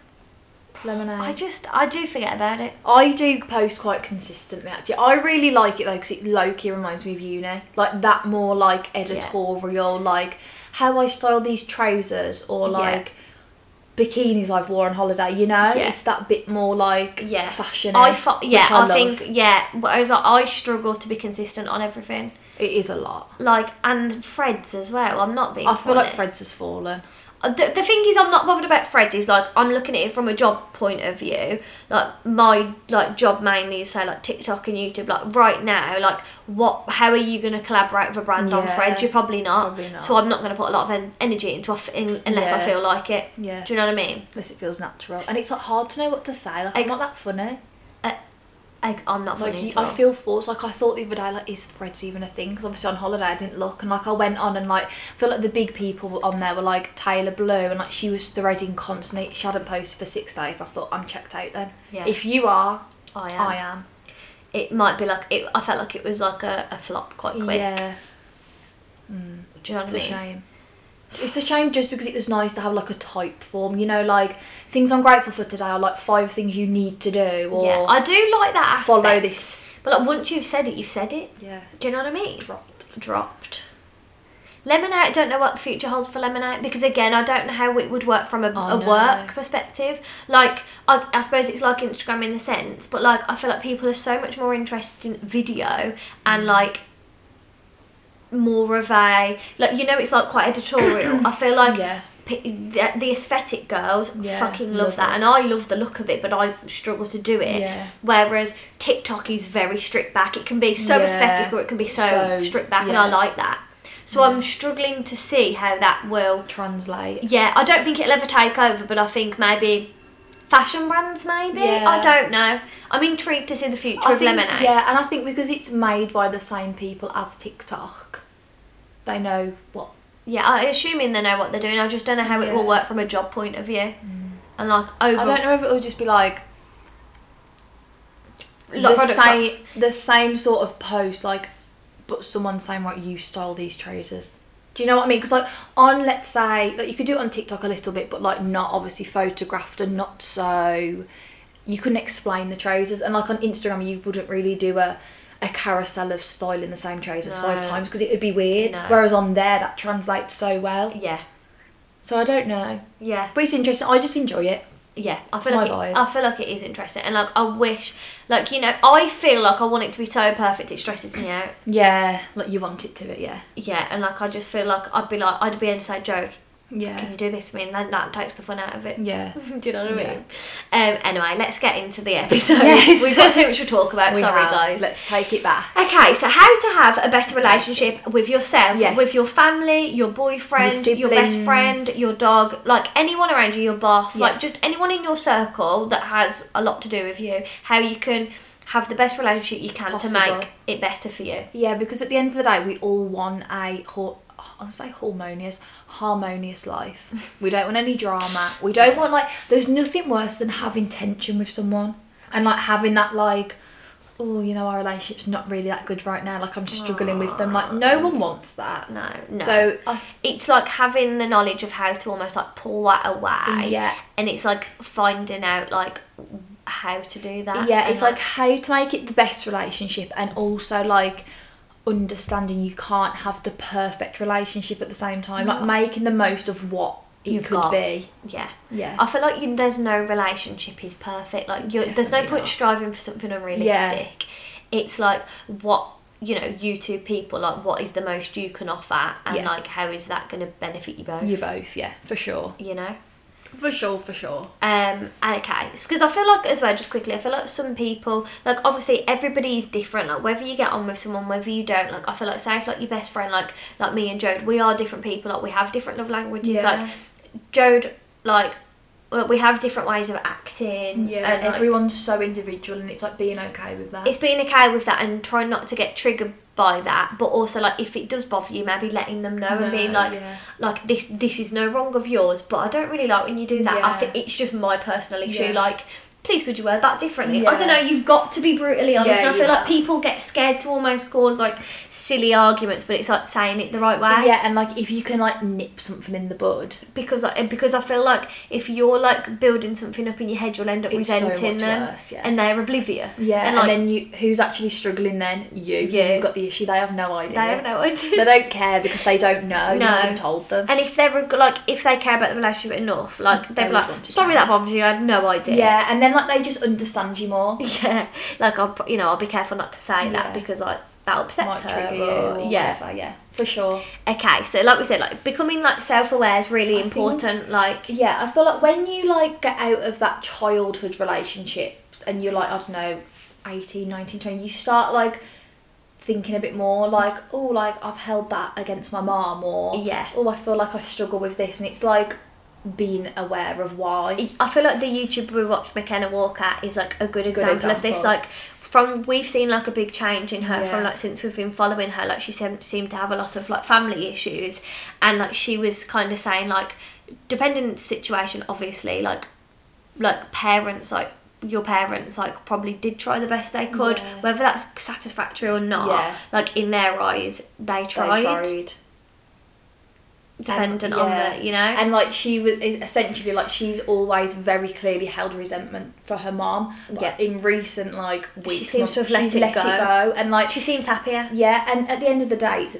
C: Lemonade.
D: I just, I do forget about it.
C: I do post quite consistently actually. I really like it though because it low key reminds me of uni. Like that more like editorial, like how I style these trousers or
D: Yeah.
C: like bikinis I've worn on holiday, you know?
D: Yeah.
C: It's that bit more like
D: Yeah.
C: fashion. eh?
D: I fo- yeah,
C: which
D: I,
C: love.
D: think, yeah. Whereas like, I struggle to be consistent on everything.
C: it is a lot.
D: Like, and Fred's as well. I'm not being
C: I feel like
D: funny.
C: Fred's has fallen.
D: Uh, the, the thing is I'm not bothered about Fred's is like I'm looking at it from a job point of view like my like job mainly is say like TikTok and YouTube like right now like what how are you going to collaborate with a brand on
C: Yeah.
D: Fred you're probably not,
C: Probably not.
D: so I'm not going to put a lot of en- energy into a f- in, unless I
C: Yeah.
D: feel like it
C: Yeah.
D: do you know what I mean
C: Unless it feels natural. And it's like hard to know what to say. Like I'm
D: Ex-
C: not that funny.
D: Uh, I, I'm not
C: Like
D: funny
C: you,
D: at
C: I
D: all.
C: feel forced. Like I thought the other day, like is Fred's even a thing? Because obviously on holiday I didn't look, and like I went on and like I feel like the big people on there were like Taylor Blue, and like she was threading constantly. She hadn't posted for six days. I thought I'm checked out then.
D: Yeah.
C: If you are,
D: I am.
C: I am.
D: it might be like it I felt like it was like a, a flop quite quick
C: Yeah,
D: do you know what
C: it's
D: I
C: a
D: mean
C: shame. It's a shame just because it was nice to have like a type form. You know, like things I'm grateful for today are like five things you need to do, or
D: yeah I do like that aspect
C: follow this.
D: but like once you've said it you've said it
C: Yeah.
D: do you know what I mean
C: Dropped.
D: dropped. Lemonade, don't know what the future holds for Lemonade because again, I don't know how it would work from a,
C: I
D: a
C: know.
D: work perspective. Like, I, I suppose it's like Instagram in the sense, but like, I feel like people are so much more interested in video
C: Mm.
D: and like more of a like you know it's like quite editorial. I feel like
C: Yeah.
D: p- the, the aesthetic girls
C: Yeah,
D: fucking love,
C: love
D: that,
C: it.
D: and I love the look of it, but I struggle to do it.
C: Yeah.
D: Whereas TikTok is very stripped back. It can be so
C: Yeah.
D: aesthetic or it can be so,
C: So,
D: stripped back, and I
C: yeah.
D: like that. So I'm struggling to see how that will.
C: Translate.
D: Yeah, I don't think it'll ever take over, but I think maybe fashion brands, maybe. I
C: Yeah.
D: don't know. I'm intrigued to see the future
C: I
D: of
C: think-
D: Lemonade.
C: Yeah, and I think because it's made by the same people as TikTok, they know what.
D: Yeah, I assuming they know what they're doing. I just don't know how it
C: Yeah. Mm.
D: will work from a job point of view. And like over
C: I don't know if it'll just be like
D: lot of
C: the
D: products, like-
C: same, the same sort of post, like, but someone saying, "Right, you style these trousers." Do you know what I mean? Because like on, let's say, like you could do it on TikTok a little bit, but like not obviously photographed and not so. You couldn't explain the trousers, and like on Instagram, you wouldn't really do a. A carousel of styling the same trousers five
D: No.
C: times because it would be weird.
D: No.
C: Whereas on there, that translates so well.
D: yeah,
C: So I don't know.
D: yeah.
C: But it's interesting. I just enjoy it.
D: yeah, I
C: It's
D: feel
C: my
D: like it,
C: vibe.
D: I feel like it is interesting, and like I wish, like you know, I feel like I want it to be so perfect. It stresses me out.
C: Yeah. Like you want it to be, yeah.
D: Yeah, and like I just feel like I'd be like I'd be able to say, Joe, can
C: Yeah.
D: you do this for me? And then that takes the fun out of it.
C: Yeah.
D: *laughs* do you know what I
C: Yeah.
D: mean? Um. Anyway, let's get into the episode. *laughs*
C: Yes.
D: We've got too much to talk about.
C: We
D: Sorry,
C: have.
D: guys.
C: Let's take it back.
D: Okay, so how to have a better relationship with yourself,
C: Yes.
D: with your family, your boyfriend, your,
C: Your
D: best
C: siblings.
D: friend, your dog, like anyone around you, your boss,
C: Yeah.
D: like just anyone in your circle that has a lot to do with you, how you can have the best relationship you can to
C: Possible.
D: make it better for you.
C: Yeah, because at the end of the day, we all want a ho- I'll say harmonious,
D: *laughs*
C: harmonious life. we don't want any drama. We don't want like. There's nothing worse than having tension with someone and like having that like. Oh, you know our relationship's not really that good right now. Like I'm struggling with them. Like no one wants that.
D: No, no.
C: So I f-
D: it's like having the knowledge of how to almost like pull that away.
C: Yeah.
D: And it's like finding out like how to do that.
C: yeah
D: and,
C: it's like how to make it the best relationship and also like understanding you can't have the perfect relationship at the same time like making the most of what it
D: You've
C: could
D: got.
C: be
D: Yeah.
C: Yeah.
D: I feel like you, there's no relationship is perfect. Like you're, there's no
C: Definitely
D: point
C: not.
D: striving for something unrealistic. It's like what you know, you two people like what is the most you can offer, and
C: Yeah.
D: like how is that going to benefit you both?
C: you both yeah for sure
D: You know.
C: for sure for sure
D: Um, okay, it's because I feel like as well, just quickly, I feel like some people, like obviously everybody is different. Like whether you get on with someone, whether you don't, like I feel like say if like your best friend, like like me and Jode, we are different people. Like we have different love languages.
C: Yeah.
D: Like Jode, like well, we have different ways of acting.
C: Yeah,
D: and, like,
C: everyone's so individual, and it's like being okay with that.
D: it's being okay with that and trying not to get triggered by that but also like if it does bother you maybe letting them know
C: No,
D: and being like
C: yeah.
D: like this this is no wrong of yours but i don't really like when you do that i
C: Yeah.
D: think it's just my personal issue
C: Yeah.
D: like please could you word that differently i
C: Yeah.
D: don't know you've got to be brutally honest
C: Yeah,
D: and i
C: you
D: feel like
C: have.
D: people get scared to almost cause like silly arguments but it's like saying it the right way
C: yeah, and like if you can like nip something in the bud,
D: because like, because I feel like if you're like building something up in your head, you'll end up
C: It's so
D: resenting
C: much
D: them,
C: worse, yeah.
D: and they're oblivious.
C: yeah, and,
D: and, like,
C: then you who's actually struggling then you.
D: You.
C: You've got the issue. They have no idea.
D: they have no idea.
C: They don't care because they don't *laughs* know.
D: No.
C: You haven't told them.
D: And if they're reg- like if they care about the relationship enough, like they'd
C: They
D: be
C: would
D: like,
C: Mm, want to
D: "Sorry,
C: change."
D: that bothers you. I had no idea."
C: yeah, and then like they just understand you more.
D: *laughs* yeah. Like I'll, you know, I'll be careful not to say that
C: Yeah.
D: because like that upsets
C: Might
D: her.
C: trigger
D: or-
C: you. Or
D: yeah.
C: whatever, yeah, for sure.
D: Okay. So like we said, like becoming like self-aware is really important. Like
C: Yeah, I feel like when you like get out of that childhood relationships and you're like, I don't know, 18, 19, 20, you start like thinking a bit more like, oh, like I've held that against my mom or
D: Yeah.
C: oh, I feel like I struggle with this and it's like being aware of why.
D: I feel like the YouTube we watched McKenna Walker is like a good example, of this.
C: example.
D: Like from we've seen like a big change in her from
C: Yeah.
D: like since we've been following her. Like she seemed, seemed to have a lot of like family issues, and like she was kind of saying like depending on the situation, obviously like like parents like your parents like probably did try the best they could
C: Yeah.
D: whether that's satisfactory or not
C: Yeah.
D: like in their eyes they
C: They
D: tried,
C: tried.
D: dependent
C: And- yeah.
D: on the you know
C: And like she was e, essentially like she's always very clearly held resentment for her mom. But
D: Yeah.
C: in recent like
D: seems
C: weeks,
D: to
C: months,
D: have let
C: she's
D: it go.
C: and like
D: she seems happier
C: Yeah, and at the end of the day, it's,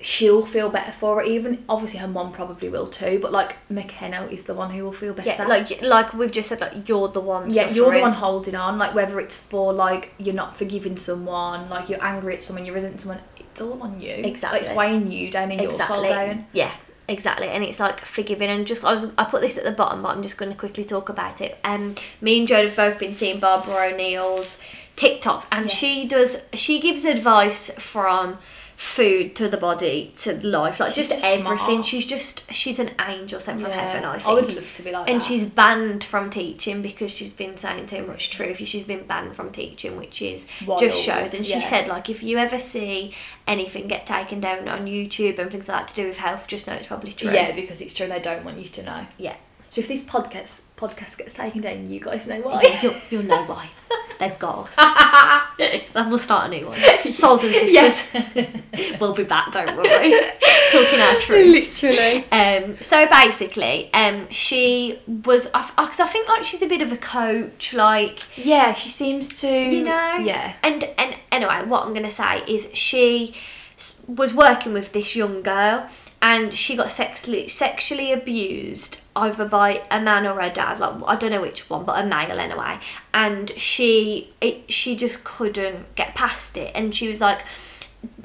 C: she'll feel better for it. Even obviously, her mom probably will too. But like McKenna is the one who will feel better.
D: yeah like like we've just said like you're the one
C: yeah, you're the
D: suffering.
C: one holding on. Like whether it's for like you're not forgiving someone, like you're angry at someone, you resent someone, it's all on you. Like,
D: Exactly.
C: it's weighing you down and your soul down.
D: Yeah, exactly. And it's like forgiving and just I was I put this at the bottom, but I'm just going to quickly talk about it. Um, me and Joe have both been seeing Barbara O'Neill's TikToks, and she does she gives advice from food to the body to life, like
C: She's
D: just,
C: just
D: everything.
C: smart.
D: She's just she's an angel sent from
C: Yeah,
D: heaven. I think
C: I would love to be like
D: and
C: that.
D: she's banned from teaching because she's been saying too much truth. She's been banned from teaching, which is
C: Wild,
D: just shows. And she
C: yeah.
D: said, like, if you ever see anything get taken down on YouTube and things like that to do with health, just know it's probably true.
C: Yeah, because it's true. They don't want you to know.
D: yeah.
C: So if this podcast podcast gets taken down, you guys know
D: *laughs*
C: why.
D: You'll, you'll know why. They've got us.
C: *laughs*
D: then we'll start a new one. Souls and sisters. we'll be back, don't worry. *laughs* Talking our truth.
C: Literally.
D: Um, so basically, um, she was. I, I 'cause I think like she's a bit of a coach. Like
C: Yeah, she seems to.
D: you know
C: Mm, Yeah.
D: and and anyway what i'm gonna say is she s- was working with this young girl and she got sexually sexually abused either by a man or her dad like i don't know which one but a male anyway and she it, she just couldn't get past it and she was like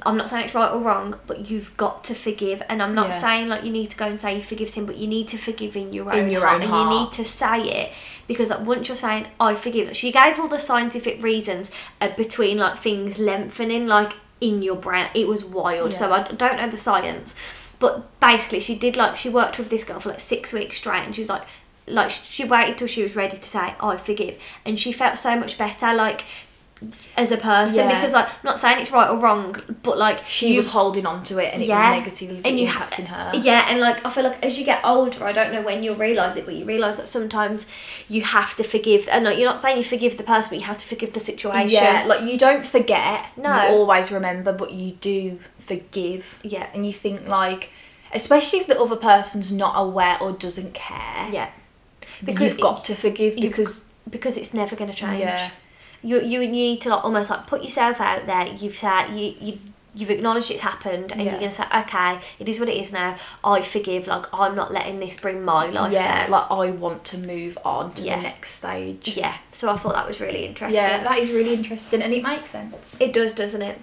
D: I'm not saying it's right or wrong, but you've got to forgive, and I'm not
C: Yeah.
D: saying like you need to go and say you forgive him, but you need to forgive in your own,
C: your
D: heart,
C: own
D: and you
C: heart.
D: need to say it because like once you're saying "Oh, I forgive, like, she gave all the scientific reasons uh, between like things lengthening like in your brain. It was wild. So I d- don't know the science, but basically she did like she worked with this girl for like six weeks straight, and she was like. Like she waited till she was ready to say "Oh, I forgive, and she felt so much better. Like as a person,
C: Yeah.
D: because like I'm not saying it's right or wrong, but like
C: She was holding on to it, and it was negatively
D: ha-
C: impacting her.
D: Yeah, and like I feel like as you get older, I don't know when you'll realise it, but you realise that sometimes you have to forgive and like you're not saying you forgive the person, but you have to forgive the situation.
C: Yeah, like you don't forget.
D: No.
C: You always remember, but you do forgive.
D: Yeah.
C: And you think, like, especially if the other person's not aware or doesn't care,
D: yeah.
C: you've got to forgive
D: you've-
C: because,
D: because it's never going to change.
C: Yeah.
D: You, you you need to like almost like put yourself out there. You've said you you you've acknowledged it's happened, and you're
C: Yeah.
D: going to say, okay, it is what it is now. I forgive. Like I'm not letting this bring my life.
C: yeah,
D: down.
C: like I want to move on to
D: Yeah.
C: the next stage.
D: yeah. So I thought that was really interesting.
C: Yeah, that is really interesting, and it makes sense.
D: It does, doesn't it?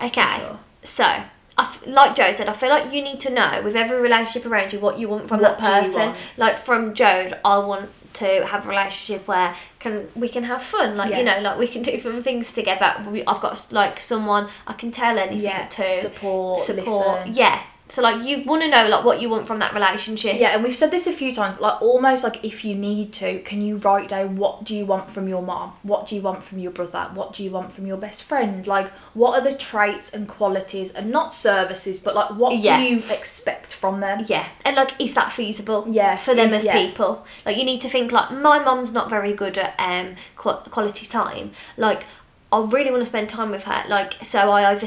D: Okay.
C: sure.
D: So, I f- like Joe said, I feel like you need to know with every relationship around you what you want from
C: What do
D: that
C: you
D: person.
C: want?
D: Like from Joe, I want to have a relationship where can we can have fun, like
C: Yeah.
D: you know, like we can do fun things together. We, I've got like someone I can tell anything
C: Yeah,
D: to
C: support,
D: support,
C: listen.
D: yeah. So like you want to know like what you want from that relationship.
C: Yeah, and we've said this a few times, like almost like if you need to, can you write down what do you want from your mom? What do you want from your brother? What do you want from your best friend? Like what are the traits and qualities and not services, but like what
D: Yeah.
C: do you expect from them?
D: Yeah, and like, is that feasible?
C: Yeah,
D: for them as
C: is- yeah.
D: people. Like, you need to think like, my mum's not very good at um qu- quality time. Like, I really want to spend time with her. Like, so I over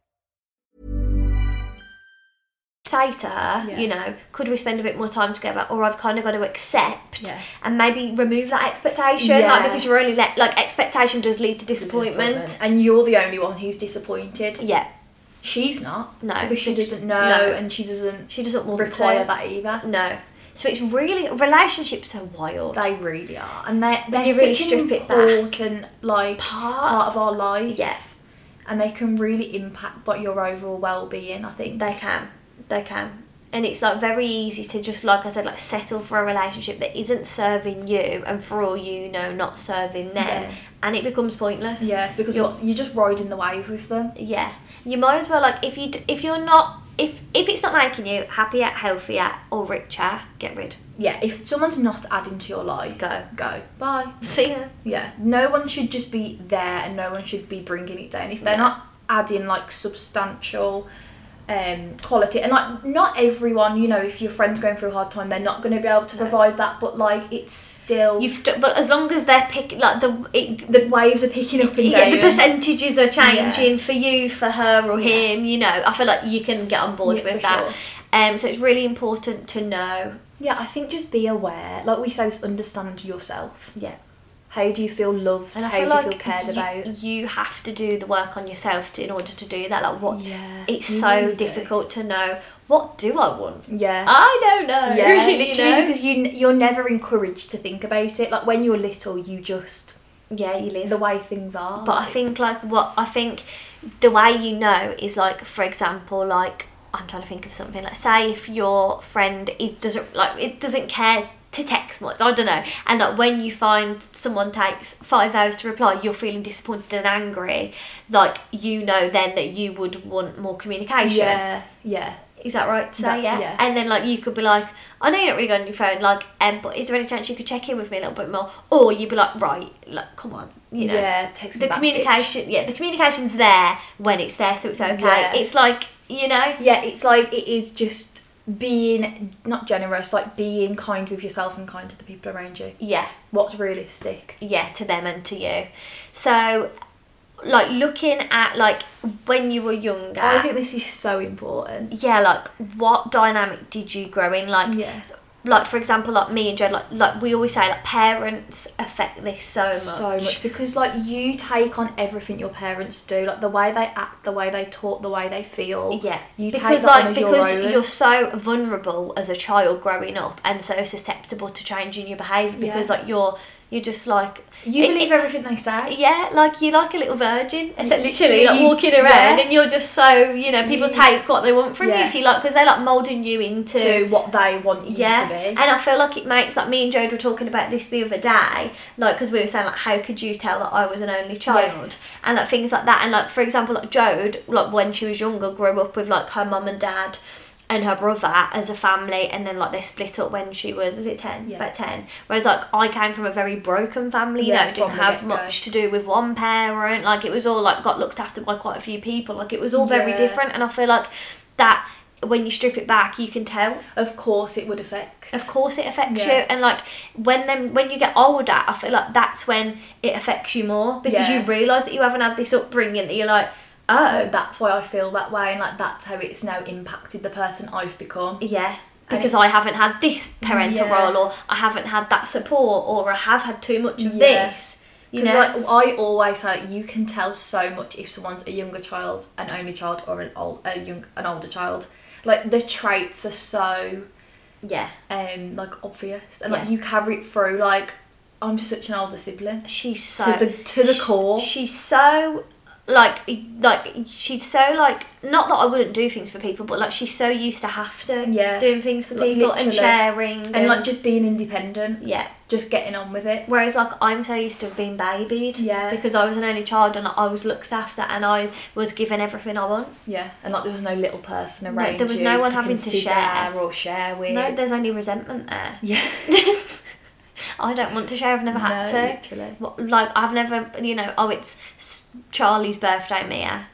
D: say to her,
C: Yeah.
D: you know, could we spend a bit more time together? Or I've kind of got to accept
C: Yeah.
D: and maybe remove that expectation, like
C: Yeah.
D: because you're only let like expectation does lead to disappointment.
C: And you're the only one who's disappointed.
D: Yeah,
C: She's not.
D: No.
C: Because she doesn't know
D: No.
C: and she doesn't
D: she doesn't want
C: require
D: to.
C: that e- either.
D: No, so it's really relationships are wild.
C: They really are. And they're, they're
D: you really
C: such
D: strip
C: an
D: it back.
C: important like
D: Part.
C: part. of our life.
D: Yeah.
C: And they can really impact like your overall well being, I think.
D: They can. They can. And it's like very easy to just like I said, like settle for a relationship that isn't serving you and for all you know, not serving them.
C: Yeah.
D: And it becomes pointless.
C: yeah, because
D: You're-
C: what's, you're just riding the wave with them.
D: yeah. You might as well like if you d- if you're not if if it's not making you happier, healthier or richer, get rid.
C: Yeah, if someone's not adding to your life,
D: Go.
C: Go. Bye.
D: See ya.
C: Yeah. No one should just be there and no one should be bringing it down. If they're not adding like substantial um, quality, and like not everyone, you know, if your friend's going through a hard time, they're not going to be able to provide that, but like it's still.
D: You've stuck but as long as they're picking like the it,
C: the waves are picking up and down.
D: yeah, the percentages are changing for you, for her or him. You know, I feel like you can get on board
C: Yeah,
D: with
C: for
D: that.
C: sure.
D: Um, so it's really important to know.
C: Yeah, I think just be aware. Like we say, this understand yourself.
D: Yeah,
C: How do you feel loved?
D: and I
C: How
D: feel
C: do you
D: like
C: feel cared
D: you,
C: about?
D: you have to do the work on yourself to, in order to do that. Like what?
C: Yeah,
D: it's
C: you
D: so
C: really do.
D: difficult to know what do I want.
C: yeah.
D: I don't know.
C: yeah,
D: Ah, *laughs* you
C: literally
D: know?
C: because you n- you're never encouraged to think about it. Like when you're little, you just
D: yeah, you live.
C: the way things are.
D: But I think like what I think the way you know is like for example like I'm trying to think of something like say if your friend is doesn't like it doesn't care to text much I don't know and like when you find someone takes five hours to reply you're feeling disappointed and angry like you know then that you would want more communication
C: yeah, yeah,
D: is that right to say
C: That's-
D: yeah?
C: yeah.
D: And then like you could be like, I know you're not really going on your phone, like, um, but is there any chance you could check in with me a little bit more? Or you'd be like, right, like, come on, you know.
C: Yeah, text me
D: the
C: back,
D: communication. Yeah, the communication's there when it's there, so it's okay.
C: Yeah.
D: It's like you know.
C: yeah. It's like it is just being not generous, like being kind with yourself and kind to the people around you.
D: Yeah,
C: What's realistic?
D: yeah, to them and to you. So, like looking at like when you were younger.
C: I think this Oh, is so important.
D: yeah, like what dynamic did you grow in? Like
C: Yeah.
D: like for example, like me and Jed, like like we always say, like parents affect this so much.
C: so much because like you take on everything your parents do like the way they act the way they talk the way they feel
D: Yeah,
C: you
D: because
C: take that
D: like
C: on as
D: because
C: your own.
D: you're so vulnerable as a child growing up and so susceptible to changing your behaviour because
C: Yeah.
D: like you're You're just like
C: You
D: it-
C: believe
D: it-
C: everything they say.
D: yeah, like you're like a little virgin, essentially,
C: Literally,
D: like walking around,
C: yeah.
D: and you're just so you know people
C: Yeah.
D: take what they want from you
C: Yeah.
D: if you like because they're like molding you into
C: To what they want you
D: yeah,
C: to
D: and
C: be.
D: I feel like it makes like me and Jode were talking about this the other day, like because we were saying like how could you tell that I was an only child
C: Yes.
D: and like things like that, and like for example like Jode like when she was younger grew up with like her mum and dad and her brother as a family, and then like they split up when she was was it ten
C: Yeah.
D: about ten, whereas like I came from a very broken family, you
C: Yeah,
D: know, didn't
C: from the
D: have
C: get-go.
D: much to do with one parent, like it was all like got looked after by quite a few people, like it was all very
C: Yeah.
D: different, and I feel like that when you strip it back, you can tell.
C: Of course, it would affect.
D: Of course, it affects
C: Yeah.
D: you, and like when then when you get older, I feel like that's when it affects you more because
C: Yeah.
D: you realise that you haven't had this upbringing that you're like,
C: Oh,
D: oh
C: that's why I feel that way, and like that's how it's now impacted the person I've become.
D: yeah,
C: And
D: because I haven't had this parental
C: Yeah.
D: role, or I haven't had that support, or I have had too much of
C: Yeah.
D: this. You
C: Because
D: know,
C: like I always say, like, you can tell so much if someone's a younger child, an only child, or an old, a young, an older child. Like the traits are so
D: yeah,
C: um like obvious, and
D: Yeah.
C: like you carry it through. Like I'm such an older sibling.
D: she's so
C: the- to the
D: sh-
C: core.
D: she's so like like she's so like not that I wouldn't do things for people, but like she's so used to have to
C: Yeah.
D: doing things for
C: Like,
D: people and
C: literally.
D: sharing
C: And like just being independent,
D: yeah.
C: just getting on with it.
D: Whereas, like, I'm so used to being babied.
C: Yeah.
D: Because I was an only child and I was looked after and I was given everything I want.
C: Yeah, and like there was no little person
D: No,
C: around.
D: there was
C: you
D: no one
C: to
D: having to
C: consider
D: share.
C: or share with.
D: No, there's only resentment there.
C: yeah,
D: *laughs* I don't want to share, I've never had
C: No,
D: to.
C: literally.
D: What- Like, I've never, you know, oh, it's s- Charlie's birthday, Mia.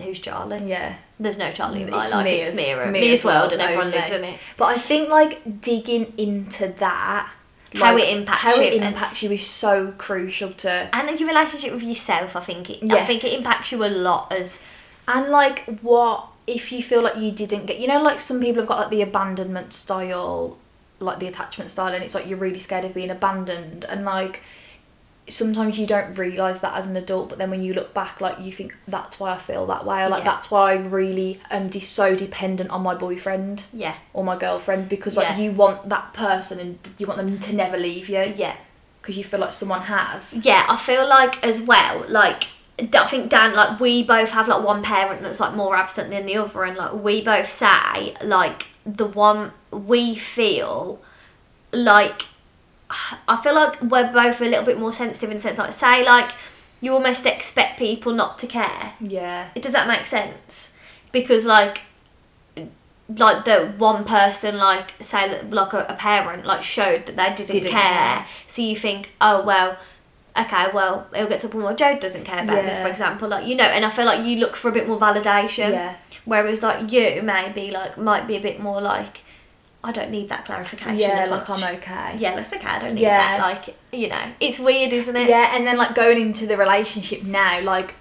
D: Who's Charlie?
C: yeah.
D: There's no Charlie in my
C: It's
D: life.
C: Mia's-
D: it's Mia. Mia's,
C: Mia's
D: world,
C: world
D: and everyone
C: only.
D: lives in it.
C: But I think like digging into that,
D: How
C: like,
D: it impacts
C: how it
D: you and-
C: impacts you is so crucial to.
D: And your relationship with yourself, I think it, I think it
C: Yes.
D: impacts you a lot as
C: And like, what if you feel like you didn't get? You know, like some people have got like the abandonment style, like the attachment style, and it's like you're really scared of being abandoned, and like sometimes you don't realize that as an adult but then when you look back like you think that's why i feel that way or like
D: Yeah.
C: that's why i really am de- so dependent on my boyfriend
D: Yeah.
C: or my girlfriend because like
D: Yeah.
C: you want that person and you want them to never leave you
D: yeah.
C: because you feel like someone has
D: Yeah, I feel like as well, like D- I think Dan, like we both have like one parent that's like more absent than the other, and like we both say like the one we feel like I feel like we're both a little bit more sensitive in the sense like say like you almost expect people not to care.
C: yeah
D: Does that make sense? Because like like the one person like say that like a, a parent like showed that they didn't,
C: Didn't
D: care.
C: care.
D: so you think oh well okay well it'll get to a point where Joe doesn't care about me
C: Yeah.
D: for example like you know and I feel like you look for a bit more validation
C: Yeah.
D: whereas like you maybe like might be a bit more like I don't need that clarification
C: yeah
D: as
C: like
D: much.
C: i'm okay
D: yeah that's okay I don't need
C: Yeah.
D: that like you know it's weird isn't it
C: yeah and then like going into the relationship now like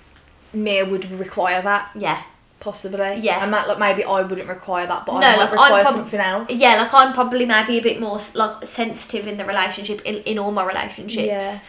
C: Mia would require that
D: yeah
C: possibly
D: Yeah.
C: and that like maybe I wouldn't require that but
D: No,
C: I might
D: like, I'm
C: require
D: prob-
C: something else
D: Yeah, like I'm probably maybe a bit more like sensitive in the relationship in, in all my relationships.
C: Yeah.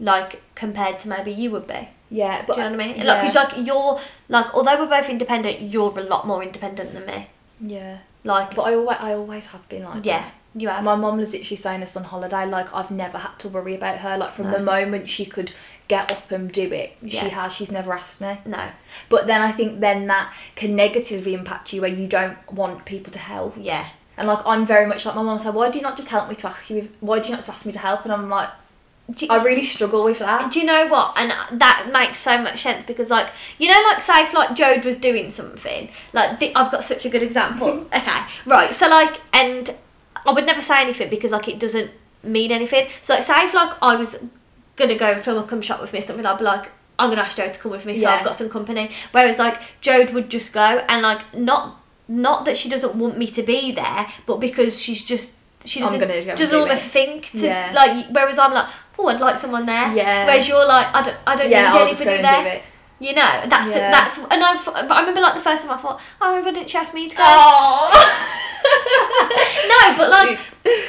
D: Like compared to maybe you would be.
C: yeah but uh,
D: Do you know what I mean?
C: yeah.
D: Like, 'cause, like you're like although we're both independent, you're a lot more independent than me.
C: yeah
D: Like
C: but I always I always have been like
D: yeah, you
C: that.
D: have.
C: my mom was literally saying this on holiday like I've never had to worry about her like from the moment she could get up and do it
D: Yeah.
C: she has she's never asked me
D: no.
C: but then I think then that can negatively impact you where you don't want people to help
D: Yeah.
C: And like I'm very much like my mum said, why do you not just help me to ask you? If, why do you not just ask me to help? And I'm like,
D: Do you-
C: I really struggle with that.
D: do you know what? And that makes so much sense because, like, you know, like, say if like Jode was doing something, like, the, I've got such a good example. *laughs* okay, right. So like, and I would never say anything because like it doesn't mean anything. So like, say if like I was gonna go and film a cum shot with me or something, I'd be like. I'm gonna ask Jode to come with me, so
C: Yeah.
D: I've got some company. Whereas like Jode would just go and like not not that she doesn't want me to be there, but because she's just she
C: I'm
D: doesn't
C: gonna go and
D: doesn't
C: do
D: almost
C: it.
D: think to
C: Yeah.
D: like. Whereas I'm like, oh, I'd like someone there.
C: Yeah.
D: Whereas you're like, I don't, I don't
C: Yeah,
D: need
C: I'll just
D: anybody
C: go and
D: there.
C: do it.
D: You know, that's
C: Yeah.
D: that's, and I, but I remember like the first time I thought, oh, why didn't she ask me to go?
C: Oh.
D: *laughs* No, but like,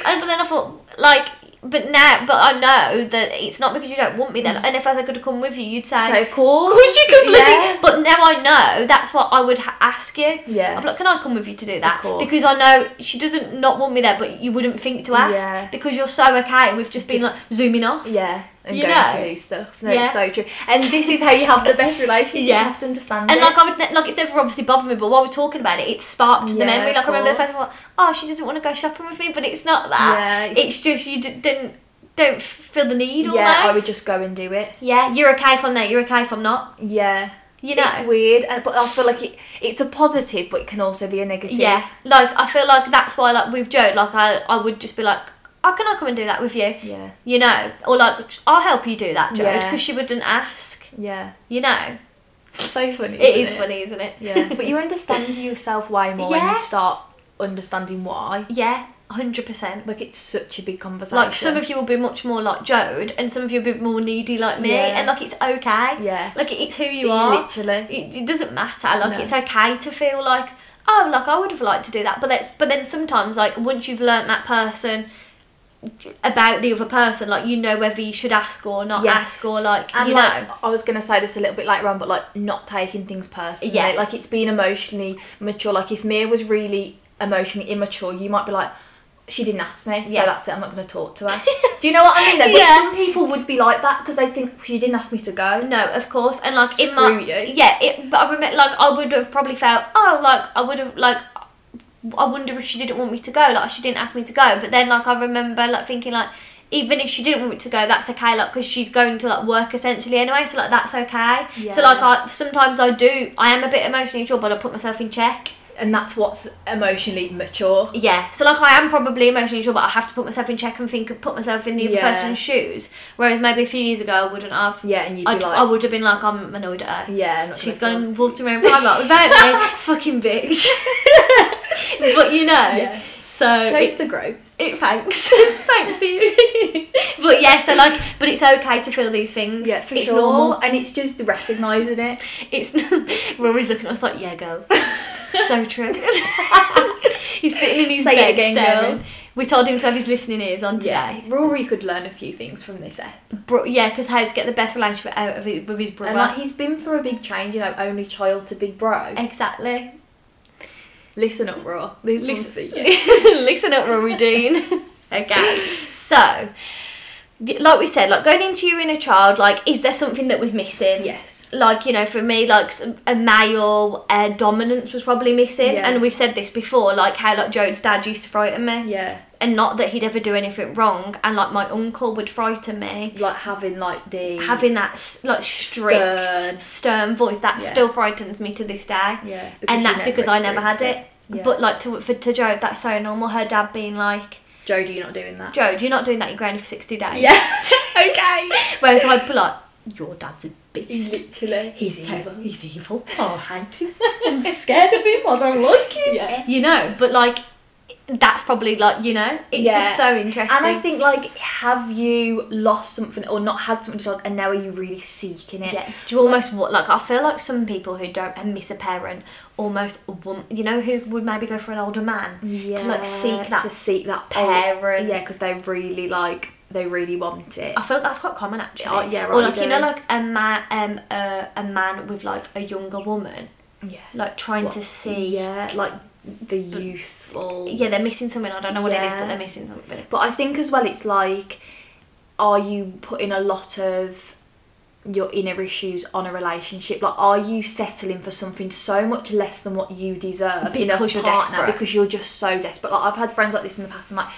D: and but then I thought like But now, but I know that it's not because you don't want me then. And if I could come with you, you'd say,
C: Mm. So of course,
D: of course you could bloody.
C: yeah.
D: But now I know that's what I would ha- ask you.
C: Yeah.
D: I'd be like, can I come with you to do that?
C: Of course.
D: Because I know she doesn't not want me there, but you wouldn't think to ask
C: Yeah.
D: because you're so okay with just being
C: Just-
D: like zooming off.
C: Yeah, and
D: You
C: going
D: know?
C: to do stuff. No,
D: Yeah.
C: it's so true. And this is how you have the best relationship.
D: Yeah.
C: You have to understand
D: And
C: it.
D: like I would ne- like it's never obviously bothered me, but while we're talking about it, it sparked the
C: Yeah,
D: memory.
C: of
D: Like I remember the
C: course.
D: first time, I thought, oh, she doesn't want to go shopping with me, but it's not that.
C: Yeah, it's-
D: it's, just you d- didn't don't feel the need. Almost.
C: yeah, I would just go and do it.
D: Yeah, you're okay if I'm there. You're okay if I'm not.
C: Yeah,
D: You know.
C: it's weird, and but I feel like it, it's a positive, but it can also be a negative.
D: Yeah, like I feel like that's why like with Joe, like I I would just be like, oh, can I come and do that with you?
C: yeah,
D: You know, or like I'll help you do that, Joe,
C: Yeah.
D: because she wouldn't ask.
C: yeah.
D: You know,
C: So funny.
D: it is
C: isn't
D: funny, isn't it? *laughs*
C: Yeah, but you understand yourself way more when
D: Yeah.
C: you start understanding why.
D: yeah, hundred percent.
C: Like it's such a big conversation.
D: Like some of you will be much more like Jode, and some of you will be more needy like me,
C: Yeah.
D: and like it's okay.
C: Yeah.
D: like it's who you
C: You
D: are.
C: literally.
D: it, it doesn't matter. Like
C: No.
D: it's okay to feel like oh, like I would have liked to do that, but that's but then sometimes like once you've learnt that person about the other person, like you know whether you should ask or not
C: Yes.
D: ask or like
C: And
D: you
C: like,
D: know.
C: I was gonna say this a little bit later on, but like not taking things personally.
D: Yeah.
C: Like it's being emotionally mature. Like if Mia was really emotionally immature, you might be like, she didn't ask me,
D: Yeah.
C: so that's it. I'm not gonna
D: *laughs*
C: talk to her. Do you know what I mean? Though? But
D: Yeah.
C: some people would be like that because they think she didn't ask me to go.
D: No, of course, and like in my
C: Screw you.
D: yeah, it, but I remember like I would have probably felt oh like I would have like I wonder if she didn't want me to go like she didn't ask me to go, but then like I remember like thinking like even if she didn't want me to go, that's okay like because she's going to like work essentially anyway, so like that's okay. So
C: Yeah.
D: like I sometimes I do I am a bit emotionally mature, but I put myself in check.
C: And that's what's emotionally mature.
D: Yeah, so like I am probably emotionally mature, but I have to put myself in check and think put myself in the other
C: Yeah.
D: person's shoes. Whereas maybe a few years ago I wouldn't have.
C: Yeah, and you'd be
D: I'd,
C: like,
D: I would have been like I'm annoyed at her.
C: yeah, not
D: She's
C: gonna
D: gone and walked around Primark without me.
C: *laughs*
D: Fucking bitch. but you know.
C: Yeah.
D: So
C: talk. shows
D: it,
C: the growth.
D: it
C: *laughs*
D: thanks. thanks you. but yeah, so like but it's okay to feel these things.
C: Yeah, for
D: it's
C: sure.
D: normal.
C: And it's just recognising it.
D: It's *laughs* Rory's looking at us like, yeah
C: *laughs*
D: girls. so true. He's sitting in his
C: Say it
D: bed
C: again,
D: still.
C: Gomez.
D: We told him to have his listening ears on today.
C: Yeah. Rory could learn a few things from this app.
D: Bro- yeah, because how to get the best relationship out of it with his brother.
C: And like he's been through a big change, you know, only child to big bro.
D: exactly.
C: Listen up, Rory. This one's for
D: Listen,
C: you.
D: *laughs* listen up, Rory Dean.
C: *laughs*
D: okay, so y- like we said, like going into your inner child, like is there something that was missing?
C: Yes.
D: Like you know, for me, like s- a male uh, dominance was probably missing,
C: Yeah.
D: and we've said this before, like how like Joe's dad used to frighten me.
C: Yeah.
D: And not that he'd ever do anything wrong, and like my uncle would frighten me.
C: Like having like the
D: Having that s- like strict, stern,
C: Stern.
D: voice that
C: Yeah.
D: still frightens me to this day.
C: Yeah. because
D: and
C: you
D: that's because I never had
C: experienced
D: it.
C: Yeah.
D: But like to for to Joe, that's so normal. Her dad being like,
C: Jodie, you're not doing
D: *laughs*
C: that.
D: "Joe, you're not doing that. You're grounded for sixty days."
C: yeah. okay.
D: Whereas I'd be like, "Your dad's a bitch.
C: Literally.
D: He's evil. He's evil. Oh, I hate him. I'm scared of him. I don't like him."
C: Yeah.
D: You know, but like, that's probably like you know, it's
C: Yeah.
D: just so interesting.
C: And I think like, have you lost something or not had something to talk, and now are you really seeking it?
D: Yeah, do you almost want like I feel like some people who don't and miss a parent almost want you know who would maybe go for an older man to like seek that
C: to seek that Oh,
D: parent.
C: yeah, because they really like they really want it.
D: I feel like that's quite common actually.
C: Oh, yeah,
D: or
C: right,
D: like
C: you
D: you know,
C: do.
D: like a man, um, a, a man with like a younger woman,
C: yeah,
D: like trying to see.
C: yeah, like the youthful.
D: Yeah, they're missing something. I don't know what it is, but
C: Yeah.
D: they're missing something.
C: But I think as well, it's like, are you putting a lot of your inner issues on a relationship? Like, are you settling for something so much less than what you deserve in a
D: Because
C: partner
D: you're desperate.
C: because you're just so desperate? Like, I've had friends like this in the past, and like,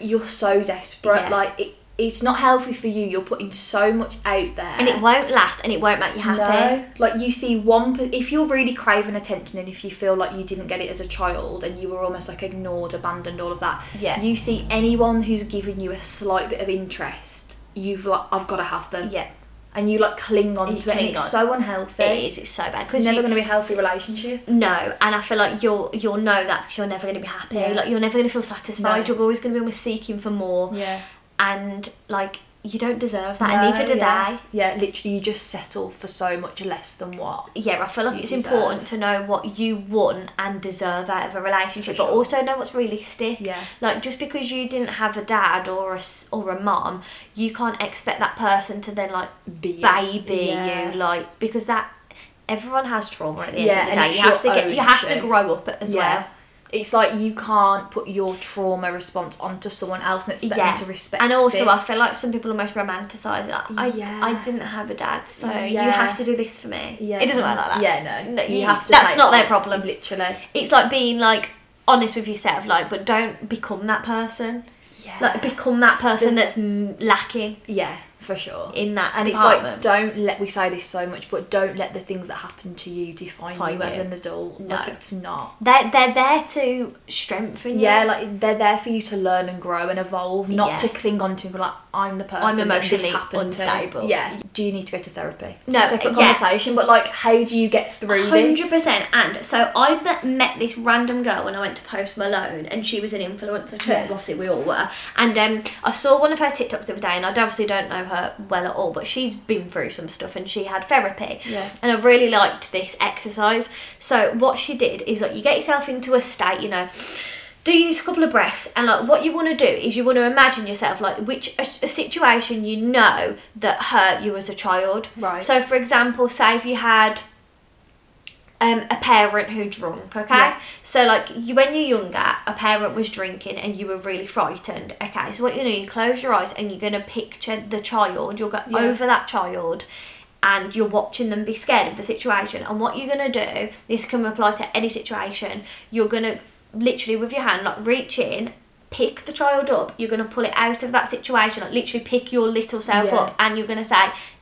C: you're so desperate.
D: Yeah.
C: Like, it, it's not healthy for you. You're putting so much out there.
D: And it won't last, and it won't make you happy.
C: No, like you see one. per- If you're really craving attention, and if you feel like you didn't get it as a child, and you were almost like ignored, abandoned, all of that.
D: Yeah.
C: You see anyone who's given you a slight bit of interest, you've like, I've got to have them.
D: Yeah,
C: And you like cling on
D: You
C: to it, and
D: cling
C: it's
D: on.
C: so unhealthy.
D: it is. It's so bad.
C: It's
D: you-
C: never going to be a healthy relationship.
D: No, and I feel like you'll you'll know that 'cause you're never going to be happy.
C: Yeah.
D: Like you're never going to feel satisfied.
C: No.
D: You're always going to be almost seeking for more.
C: Yeah.
D: And like you don't deserve that, and neither do
C: yeah.
D: they.
C: Yeah, literally, you just settle for so much less than what.
D: Yeah, I feel like
C: You
D: it's
C: deserve.
D: important to know what you want and deserve out of a relationship,
C: For
D: but
C: sure.
D: also know what's realistic.
C: Yeah.
D: Like just because you didn't have a dad or a s- or a mom, you can't expect that person to then like
C: Be you.
D: baby
C: Yeah.
D: you like because that everyone has trauma at the
C: Yeah,
D: end of
C: and
D: the day.
C: it's
D: You have to
C: your
D: get you
C: own
D: have to
C: shit.
D: grow up as well.
C: It's like you can't put your trauma response onto someone else and expect
D: yeah,
C: them to respect
D: and also
C: it.
D: I feel like some people almost romanticize it. Like, I
C: Yeah.
D: I didn't have a dad, so you
C: Yeah.
D: have to do this for me.
C: yeah.
D: it doesn't work like that.
C: Yeah, no.
D: you,
C: you have to.
D: That's
C: take
D: not their
C: that,
D: problem.
C: Literally.
D: It's like being like honest with yourself, like, but don't become that person.
C: Yeah.
D: Like become that person that's m- lacking
C: yeah, for sure.
D: in that.
C: and it's like
D: department.
C: don't let we say this so much, but don't let the things that happen to you define
D: Define
C: you as
D: you.
C: an adult.
D: No.
C: Like it's not.
D: they're they're there to strengthen you.
C: Yeah, like they're there for you to learn and grow and evolve, not
D: Yeah.
C: to cling on to and be like I'm the person. that this
D: emotionally
C: happened to."
D: unstable.
C: Yeah. Do you need to go to therapy? It's
D: No,
C: a separate
D: yeah.
C: conversation. But like, how do you get through
D: Hundred
C: this?
D: percent, and so I met- met this random girl when I went to Post Malone, and she was an influencer too. Obviously, we all were. And um, I saw one of her TikToks the other day, and I obviously don't know her well at all, but she's been through some stuff, and she had therapy.
C: Yeah.
D: And I really liked this exercise. So what she did is like you get yourself into a state, you know. do use a couple of breaths and like what you want to do is you want to imagine yourself like which a, a situation you know that hurt you as a child
C: Right.
D: so for example say if you had um, a parent who drunk okay
C: Yeah.
D: so like you when you're younger a parent was drinking and you were really frightened okay so what you do you close your eyes and you're going to picture the child you'll go
C: Yeah.
D: over that child and you're watching them be scared of the situation and what you're going to do this can apply to any situation you're going to literally with your hand like reach in pick the child up you're going to pull it out of that situation like literally pick your little self
C: Yeah.
D: up and you're going to say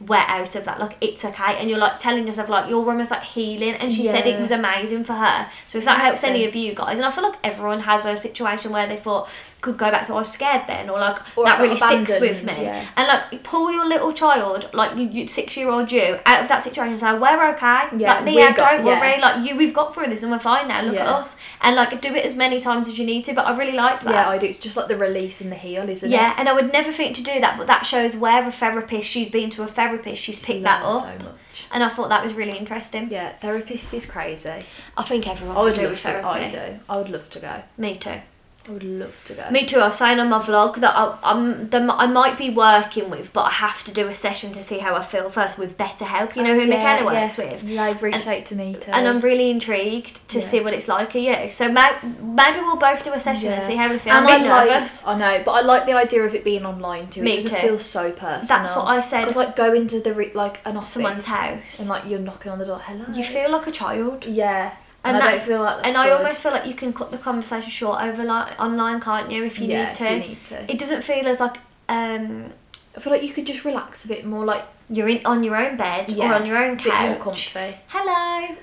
D: we're out of that like it's okay and you're like telling yourself like you're almost like healing and she said it
C: Yeah.
D: was amazing for her so if that
C: Makes
D: helps any of you
C: sense.
D: guys and i feel like everyone has a situation where they thought could go back to i was scared then or like
C: Or I
D: that
C: felt
D: really sticks with me
C: abandoned, yeah.
D: and like pull your little child, like you- you, six year old you, out of that situation and say, We're okay.
C: Yeah,
D: like me,
C: we
D: I
C: got-
D: don't
C: yeah.
D: worry. Like you, we've got through this and we're fine now. Look at
C: Yeah.
D: us. And like do it as many times as you need to. But I really liked that.
C: Yeah, I do. It's just like the release and the heal, isn't it?
D: yeah, and I would never think to do that, but that shows where a therapist, she's been to a therapist, she's picked that
C: Learn
D: up.
C: So much.
D: And I thought that was really interesting.
C: Yeah, therapist is crazy.
D: I think everyone
C: I would
D: could do
C: love
D: with
C: to.
D: therapy.
C: I do. I would love to go.
D: Me too.
C: I would love to go.
D: Me too. I was saying on my vlog that I, I'm the, I might be working with, but I have to do a session to see how I feel first with BetterHelp. You know who
C: Uh,
D: McKenna works with.
C: They've reached
D: And-
C: out to me too.
D: and I'm really intrigued to
C: Yeah.
D: see what it's like. Are you? So may- maybe we'll both do a session and see how we feel. I'm a
C: I
D: bit
C: like,
D: nervous.
C: I know, but I like the idea of it being online too.
D: Me
C: it doesn't
D: too.
C: feel so personal.
D: what I said.
C: Because like going to the re- like an office,
D: Someone's house.
C: and like you're knocking on the door. Hello.
D: you feel like a child.
C: Yeah. And, I don't
D: that's-
C: feel like that's
D: and I
C: good.
D: almost feel like you can cut the conversation short over like online, can't you? If you
C: Yeah,
D: need
C: if
D: to,
C: you need to.
D: it doesn't feel as like um,
C: I feel like you could just relax a bit more. Like
D: you're in on your own bed or
C: Yeah,
D: on your own
C: bit more
D: couch.
C: comfy.
D: Hello.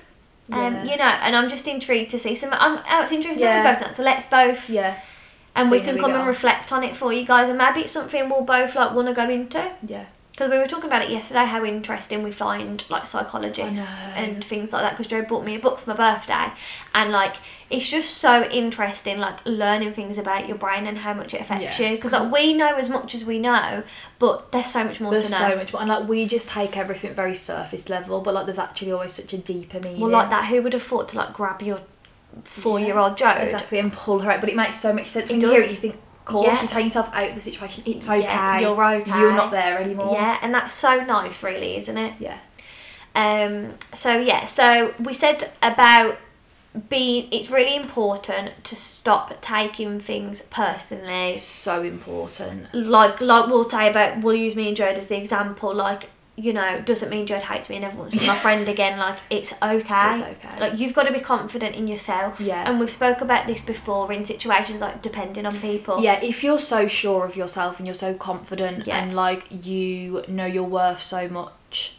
C: Yeah.
D: Um, you know, and I'm just intrigued to see some. I'm, oh, it's interesting that
C: Yeah.
D: we've both done it, so let's both,
C: yeah,
D: and we
C: see how
D: can
C: we
D: come
C: get
D: and
C: on.
D: reflect on it for you guys, and maybe it's something we'll both like want to go into.
C: yeah.
D: because we were talking about it yesterday how interesting we find like psychologists
C: I know.
D: and things like that because joe bought me a book for my birthday and like it's just so interesting like learning things about your brain and how much it affects
C: Yeah.
D: you because like we know as much as we know but there's so much more
C: There's
D: to
C: so
D: know
C: much more, and like we just take everything very surface level, but like there's actually always such a deeper meaning.
D: well like that who would have thought to like grab your four-year-old joe
C: exactly, and pull her out. But it makes so much sense when you
D: does.
C: hear it. You think, of course,
D: Yeah.
C: you take yourself out of the situation. It's
D: Yeah,
C: okay.
D: you're okay.
C: You're not there anymore.
D: yeah and that's so nice really isn't it
C: Yeah.
D: Um, so yeah, so we said about being. It's really important to stop taking things personally.
C: So important.
D: Like like we'll say about we'll use me and Jode as the example. Like you know, doesn't mean Jode hates me and never wants to be my friend again. Like it's okay.
C: It's okay.
D: Like you've got to be confident in yourself.
C: Yeah.
D: And we've spoke about this before in situations like depending on people.
C: Yeah, if you're so sure of yourself and you're so confident
D: Yeah.
C: and like you know your worth so much,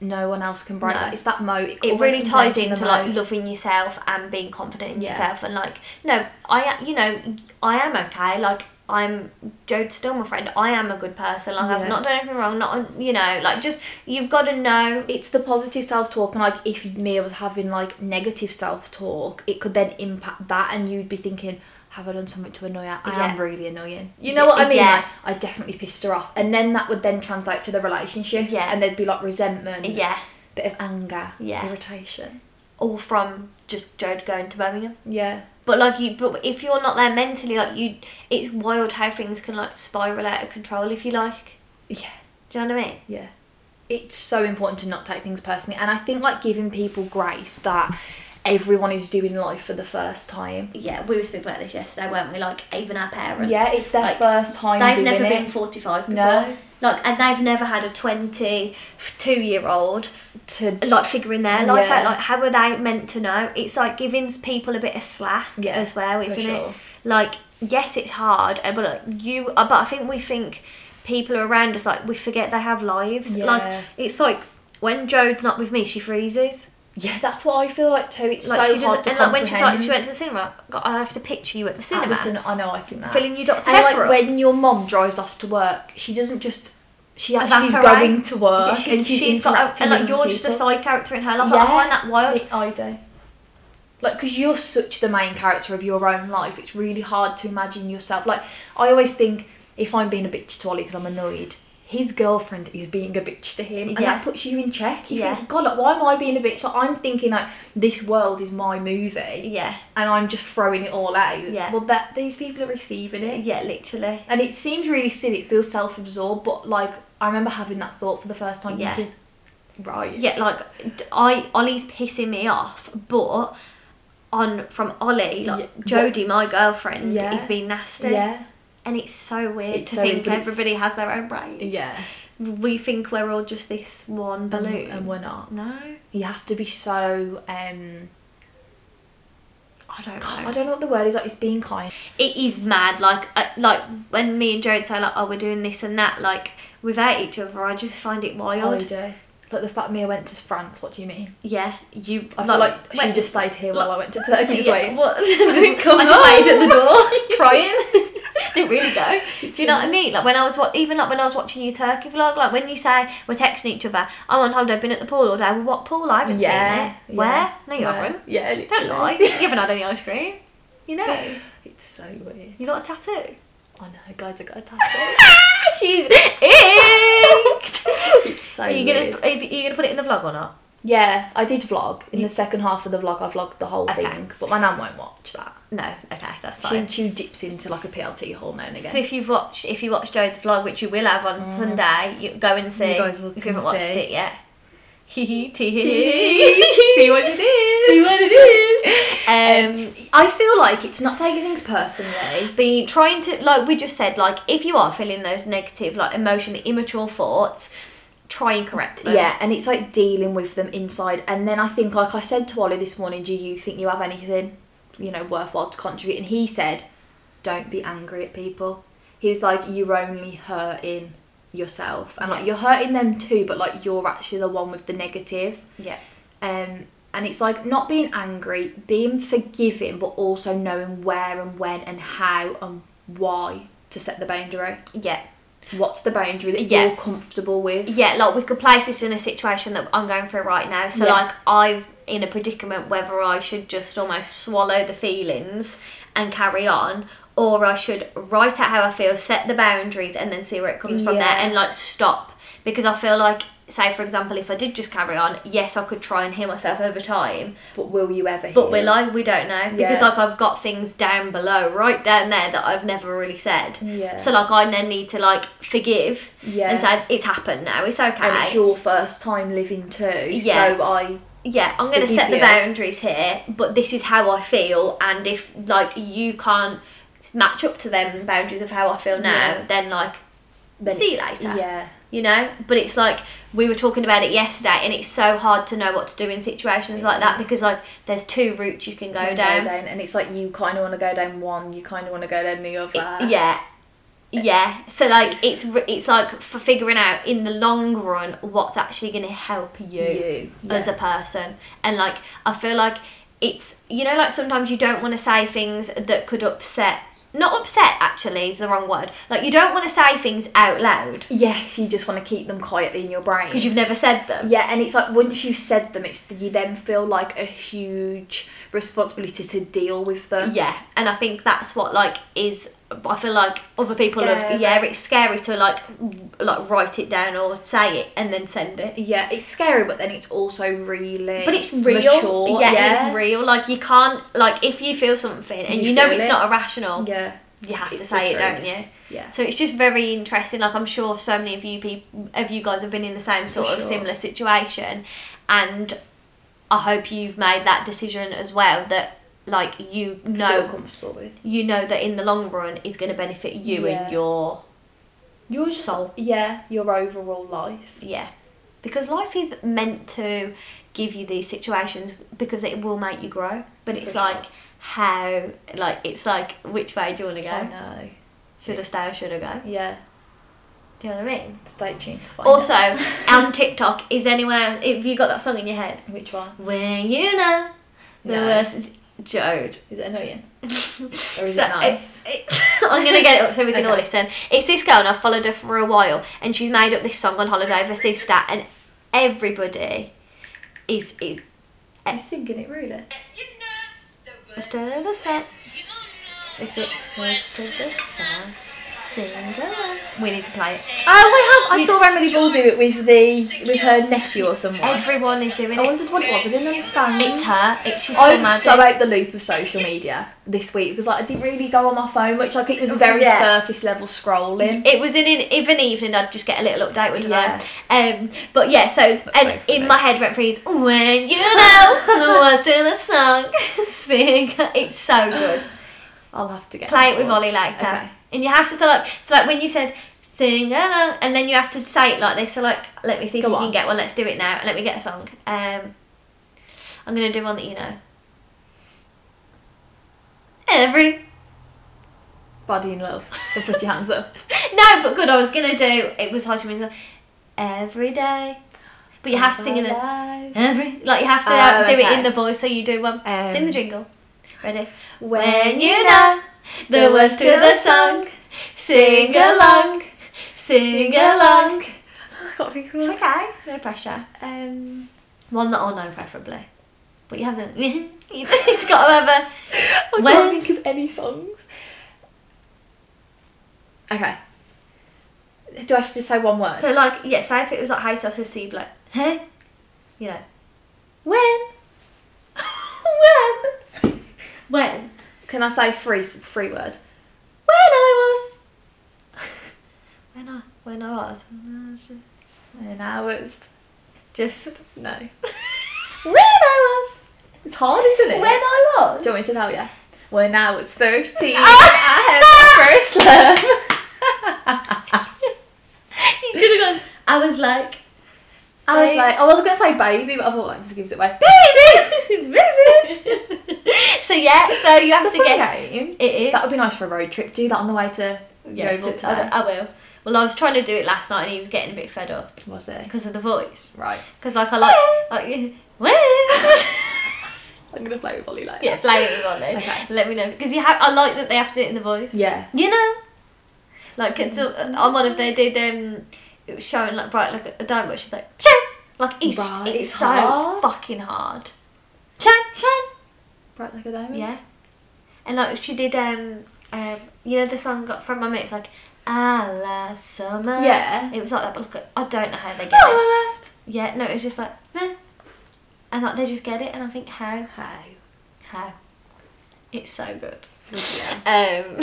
C: no one else can break
D: No.
C: that. It's that mo.
D: it
C: always
D: really ties
C: comes down to the
D: into like
C: mo.
D: loving yourself and being confident in
C: Yeah.
D: yourself and like no i a- you know i am okay like I'm Jode's still my friend. I am a good person. Like
C: Yeah.
D: I've not done anything wrong. Not you know, like just you've got to know.
C: it's the positive self talk, and like if Mia was having like negative self talk, it could then impact that, and you'd be thinking, "Have I done something to annoy her? I am
D: Yeah.
C: really annoying." You know what I mean?
D: Yeah.
C: Like, I definitely pissed her off, and then that would then translate to the relationship.
D: Yeah.
C: and there'd be like resentment.
D: Yeah,
C: bit of anger.
D: Yeah.
C: irritation.
D: all from just Jode going to Birmingham.
C: Yeah,
D: But like you, but if you're not there mentally, like you, it's wild how things can like spiral out of control. If you like,
C: yeah,
D: do you know what I mean?
C: yeah. It's so important to not take things personally, and I think like giving people grace that everyone is doing life for the first time.
D: Yeah, we were speaking about this yesterday, weren't we? Like even our parents.
C: Yeah, it's their
D: Like,
C: first time.
D: They've
C: doing
D: never
C: it.
D: been 45 before.
C: No.
D: Like, and they've never had a 22 year old
C: to
D: like figuring their life
C: Yeah.
D: out. Like, how are they meant to know? It's like giving people a bit of slack
C: Yeah,
D: as well,
C: for
D: isn't
C: sure.
D: it? Like, yes, it's hard, uh, but like, you. uh, But I think we think people around us like we forget they have lives.
C: Yeah.
D: Like, it's like when Jode's not with me, she freezes.
C: Yeah, that's what I feel like too. It's
D: Like
C: so
D: she
C: hard
D: doesn't.
C: to
D: And like when she's like, she went
C: comprehend.
D: to the cinema. God, I have to picture you at the
C: Ah,
D: cinema.
C: listen, I know, I think that.
D: Filling your Dr.
C: And like
D: Pepper up.
C: when your mom drives off to work, she doesn't just. She actually is
D: Evaporate.
C: going to work.
D: Yeah, she,
C: and
D: has
C: she's
D: got, a,
C: interacting
D: and like
C: with
D: you're just a
C: people.
D: side character in her life. Like, I find that wild.
C: I- I do. Like, because you're such the main character of your own life, it's really hard to imagine yourself. Like, I always think if I'm being a bitch to Ollie because I'm annoyed, his girlfriend is being a bitch to him, and
D: Yeah.
C: that puts you in check. You
D: Yeah.
C: think, God, like, why am I being a bitch? Like, I'm thinking like this world is my movie,
D: Yeah.
C: and I'm just throwing it all out.
D: Yeah.
C: Well, that these people are receiving it.
D: Yeah, literally.
C: And it seems really silly. It feels self-absorbed, but like I remember having that thought for the first time.
D: Yeah.
C: Thinking, right.
D: Yeah, like d- I Ollie's pissing me off, but on from Ollie, like
C: Yeah.
D: Jodie, my girlfriend,
C: Yeah.
D: is being nasty.
C: Yeah.
D: And it's so weird
C: It's
D: to
C: so weird,
D: think
C: but it's-
D: everybody has their own brain.
C: Yeah.
D: We think we're all just this one balloon.
C: And we're not.
D: no,
C: you have to be so um
D: I don't know.
C: I don't know what the word is like it's being kind
D: It is mad. Like uh, like when me and Jode say like, oh, we're doing this and that. Like without each other, I just find it
C: I
D: wild.
C: do like the fact Mia went to France what do you mean
D: yeah, you.
C: I feel like she
D: when-
C: just stayed here while I went to *laughs* Turkey just
D: yeah,
C: waiting
D: What?
C: just come
D: I *laughs* just
C: home.
D: waited at the door,
C: *laughs* crying
D: didn't really go. Do you know what I mean? Like when I was wa- even like when I was watching your Turkey vlog, like when you say we're texting each other, I'm on holiday, I've been at the pool all day. Well, what pool? I haven't
C: Yeah,
D: seen it.
C: yeah.
D: Where? No, you
C: No.
D: haven't.
C: Yeah,
D: Don't
C: literally.
D: lie. You haven't had any ice cream. You know,
C: it's so weird
D: you got a tattoo.
C: I know guys I got a tattoo
D: She's inked.
C: it's
D: *laughs*
C: so
D: Are you
C: weird
D: gonna are you gonna put it in the vlog or not?
C: yeah I did vlog in the second half of the vlog I vlogged the whole
D: Okay.
C: thing but my nan won't watch that
D: No. Okay, that's
C: she,
D: fine.
C: she dips into like a PLT hole now and again
D: So if you've watched if you watched Jode's vlog, which you will have on Sunday, you go and see.
C: Mm. You guys will
D: if you
C: come
D: haven't watched
C: see.
D: it
C: *laughs*
D: yet. Hee hee tee *laughs*
C: see what it is see what it is
D: Um,
C: I feel like it's not taking things personally
D: be trying to like we just said like if you are feeling those negative like emotionally immature thoughts try and correct them
C: Yeah, and it's like dealing with them inside. And then I think, like I said to Ollie this morning, do you think you have anything, you know, worthwhile to contribute? And he said, don't be angry at people. He was like, you're only hurting yourself, and like you're hurting them too, but like you're actually the one with the negative.
D: yeah
C: Um, and it's like not being angry, being forgiving, but also knowing where and when and how and why to set the boundary.
D: yeah
C: What's the boundary that
D: Yeah.
C: you're comfortable with?
D: yeah like we could place this in a situation that i'm going through right now so
C: Yeah.
D: like i've in a predicament whether i should just almost swallow the feelings and carry on or i should write out how i feel set the boundaries and then see where it comes from there
C: Yeah.
D: and like stop because i feel like say for example if i did just carry on yes i could try and heal myself over time
C: But will you ever?
D: But
C: heal?
D: we're like, we don't know. Because,
C: Yeah.
D: like, I've got things down below, right down there that I've never really said.
C: Yeah.
D: So, like, I then need to, like, forgive
C: Yeah.
D: and say, it's happened now, it's okay.
C: and it's your first time living too.
D: Yeah.
C: So I
D: yeah, I'm going to
C: forgive
D: set the
C: you.
D: boundaries here, but this is how I feel. And if, like, you can't match up to them boundaries of how I feel now,
C: Yeah.
D: then, like,
C: then
D: See you
C: it's-
D: later.
C: Yeah.
D: you know but it's like we were talking about it yesterday and it's so hard to know what to do in situations like that because like there's two routes you can go
C: Go
D: down
C: down. and it's like you kind of want to go down one, you kind of want to go down the other.
D: yeah yeah so like it's r- it's like for figuring out in the long run what's actually going to help you,
C: You,
D: as a person and like i feel like it's you know like sometimes you don't want to say things that could upset not upset actually is the wrong word. Like you don't want to say things out loud
C: Yes, you just want to keep them quietly in your brain.
D: because you've never said them.
C: Yeah, and it's like once you've said them, it's you then feel like a huge responsibility to deal with them.
D: Yeah, and I think that's what like is. I feel like other people
C: scary.
D: have. Yeah, it's scary to like like write it down or say it and then send it.
C: Yeah, it's scary, but then it's also really.
D: But it's real.
C: mature.
D: Yeah, it's real. Like you can't like if you feel something and
C: You
D: you, know
C: feel
D: it's
C: it.
D: not irrational,
C: Yeah.
D: you have to
C: It's
D: say
C: the
D: it, don't
C: truth.
D: you?
C: Yeah.
D: So it's just very interesting. Like I'm sure so many of you people, of you guys have been in the same sort of
C: sure.
D: similar situation, and I hope you've made that decision as well. That like you
C: Feel
D: know,
C: comfortable with.
D: you know that in the long run is going to benefit you
C: Yeah.
D: and your
C: Your
D: soul.
C: Yeah, your overall life.
D: yeah because life is meant to give you these situations because it will make you grow but it's
C: sure.
D: like how like it's like which way do you want to
C: I
D: go
C: know.
D: should i stay or should i go
C: Yeah.
D: do you know what i mean
C: Stay tuned to find
D: *laughs* also
C: out.
D: on tiktok is anyone else if you got that song in your head
C: Which one?
D: when you know the
C: No.
D: worst jode
C: Is it annoying? *laughs* or is
D: So,
C: it nice?
D: it- *laughs* it- I'm gonna get it up so we can all
C: Okay.
D: listen. It's this girl, and I've followed her for a while, and she's made up this song on holiday with her sister, and everybody is is
C: You're singing it really.
D: West of the set. Is it West of the sun? Sing along. We need to play it.
C: Oh, I have. I saw Remedy Ball do it with the with her nephew or someone.
D: Everyone is doing
C: I
D: it.
C: wondered what it was. I didn't understand.
D: It's her. It's just
C: I
D: her
C: was
D: magic.
C: so out the loop of social media this week because like I didn't really go on my phone, which like it was very
D: Yeah.
C: surface level scrolling.
D: it was in an even evening. I'd just get a little update, wouldn't
C: Yeah.
D: I? Um, but yeah, so and
C: so funny.
D: in my head went through these, when you know the words to the song, *laughs* sing. It's so good.
C: I'll have to get
D: Play it
C: on
D: with
C: board.
D: Ollie later,
C: Okay.
D: and you have to so like so like when you said sing along, and then you have to say it like this. So like, let me see if
C: Go
D: you
C: on.
D: can get one. Let's do it now. Let me get a song. Um, I'm gonna do one that you know. Every
C: Body in love. Or put your hands *laughs* up.
D: *laughs* No, but good. I was gonna do. It was hard to remember. Every day, but you have to sing in the
C: Alive.
D: every. Like you have to
C: Oh,
D: uh, do it
C: okay.
D: in the voice. So you do one.
C: Um,
D: sing the jingle. Ready?
C: When you know
D: know the words to the song, sing along, sing along.
C: I can't think of
D: It's
C: one.
D: okay. No pressure.
C: Um,
D: One that I'll know preferably. But you have to. *laughs* it's got to *laughs* have
C: I
D: a.
C: can't
D: When
C: think of any songs. Okay. Do I have to just say one word?
D: so like yeah. Say if it was like hey, so I said, so you'd be like hey, you know.
C: when
D: *laughs* when? When?
C: can I say three three words?
D: When I *laughs* was. when I when I was
C: And I was
D: just
C: no.
D: *laughs* when I was
C: It's hard, isn't it?
D: when I was.
C: Do you want me to tell you? When I was *laughs* 13, Ah! I had my *laughs* first love.
D: *laughs* you could have gone. I was like
C: I was
D: Babe.
C: like, I was going to say baby, but I thought that just gives it away.
D: baby, baby. *laughs* so yeah, so you have
C: It's a
D: to
C: fun
D: get
C: game.
D: it is.
C: That would be nice for a road trip. Do that on the way to
D: yes,
C: Yeovil
D: to- I,
C: today.
D: I will. Well, I was trying to do it last night, and he was getting a bit fed up
C: Was it?
D: because of the voice.
C: Right.
D: Because like I like like *laughs* when.
C: I'm going to play with Ollie later.
D: Yeah,
C: *laughs*
D: play it with Ollie.
C: Okay.
D: Let me know because you have. I like that they have to do it in the voice.
C: Yeah.
D: You know, like it's, uh, on one of they did. Um, it was showing like bright like a dime, but she's like shine. Like it's
C: Right,
D: it's,
C: it's
D: so
C: hard.
D: fucking hard. Shine, shine.
C: Bright like a diamond.
D: Yeah. And like she did. Um, um, you know the song got from my mate. It's like ah la summer.
C: Yeah.
D: It was like that, but look, I don't know how they get it.
C: Oh, last.
D: Yeah. No, it was just like meh. And like they just get it, and I think how
C: How?
D: how it's so good. *laughs* Um,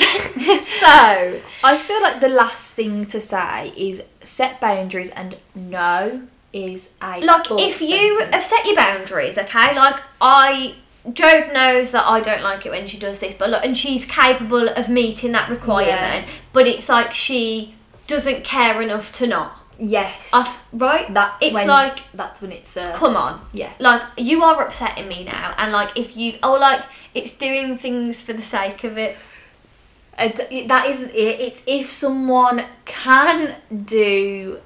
D: so
C: I feel like the last thing to say is set boundaries and no is a
D: like
C: full
D: if you
C: sentence.
D: have set your boundaries okay like i job knows that i don't like it when she does this but look and she's capable of meeting that requirement but it's like she doesn't care enough to not
C: yes
D: I f- right
C: that's
D: it's
C: when,
D: like
C: that's when it's uh,
D: come on
C: Yeah.
D: like you are upsetting me now and like if you oh like it's doing things for the sake of it
C: Uh, th- that is it. It's if someone can do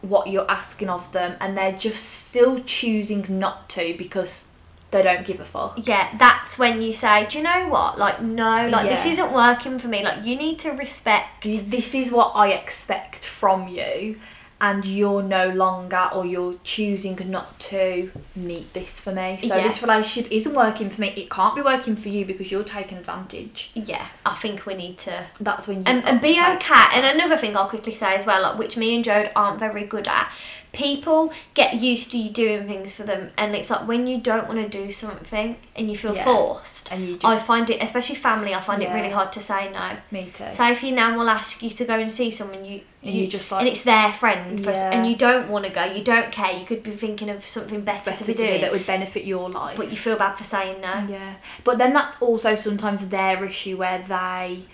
C: what you're asking of them and they're just still choosing not to because they don't give a fuck.
D: yeah, that's when you say, do you know what? Like, no, like this
C: Yeah.
D: isn't working for me. Like, you need to respect.
C: You- This is what I expect from you, and you're no longer, or you're choosing not to meet this for me. So
D: Yeah.
C: this relationship isn't working for me. It can't be working for you because you're taking advantage.
D: Yeah, I think we need to
C: That's when you
D: and, and be okay. And another thing I'll quickly say as well, like, which me and Jode aren't very good at, people get used to you doing things for them, and it's like when you don't want to do something and you feel
C: Yeah.
D: forced.
C: And you
D: I
C: just-
D: find it, especially family, I find it
C: Yeah.
D: really hard to say no.
C: Me too.
D: Say if your nan will ask you to go and see someone, you
C: And you just, like-
D: and it's their friend, for,
C: Yeah.
D: and you don't want to go, you don't care. You could be thinking of something better,
C: better
D: to be
C: to do
D: doing,
C: that would benefit your life.
D: but you feel bad for saying no.
C: Yeah, but then that's also sometimes their issue where they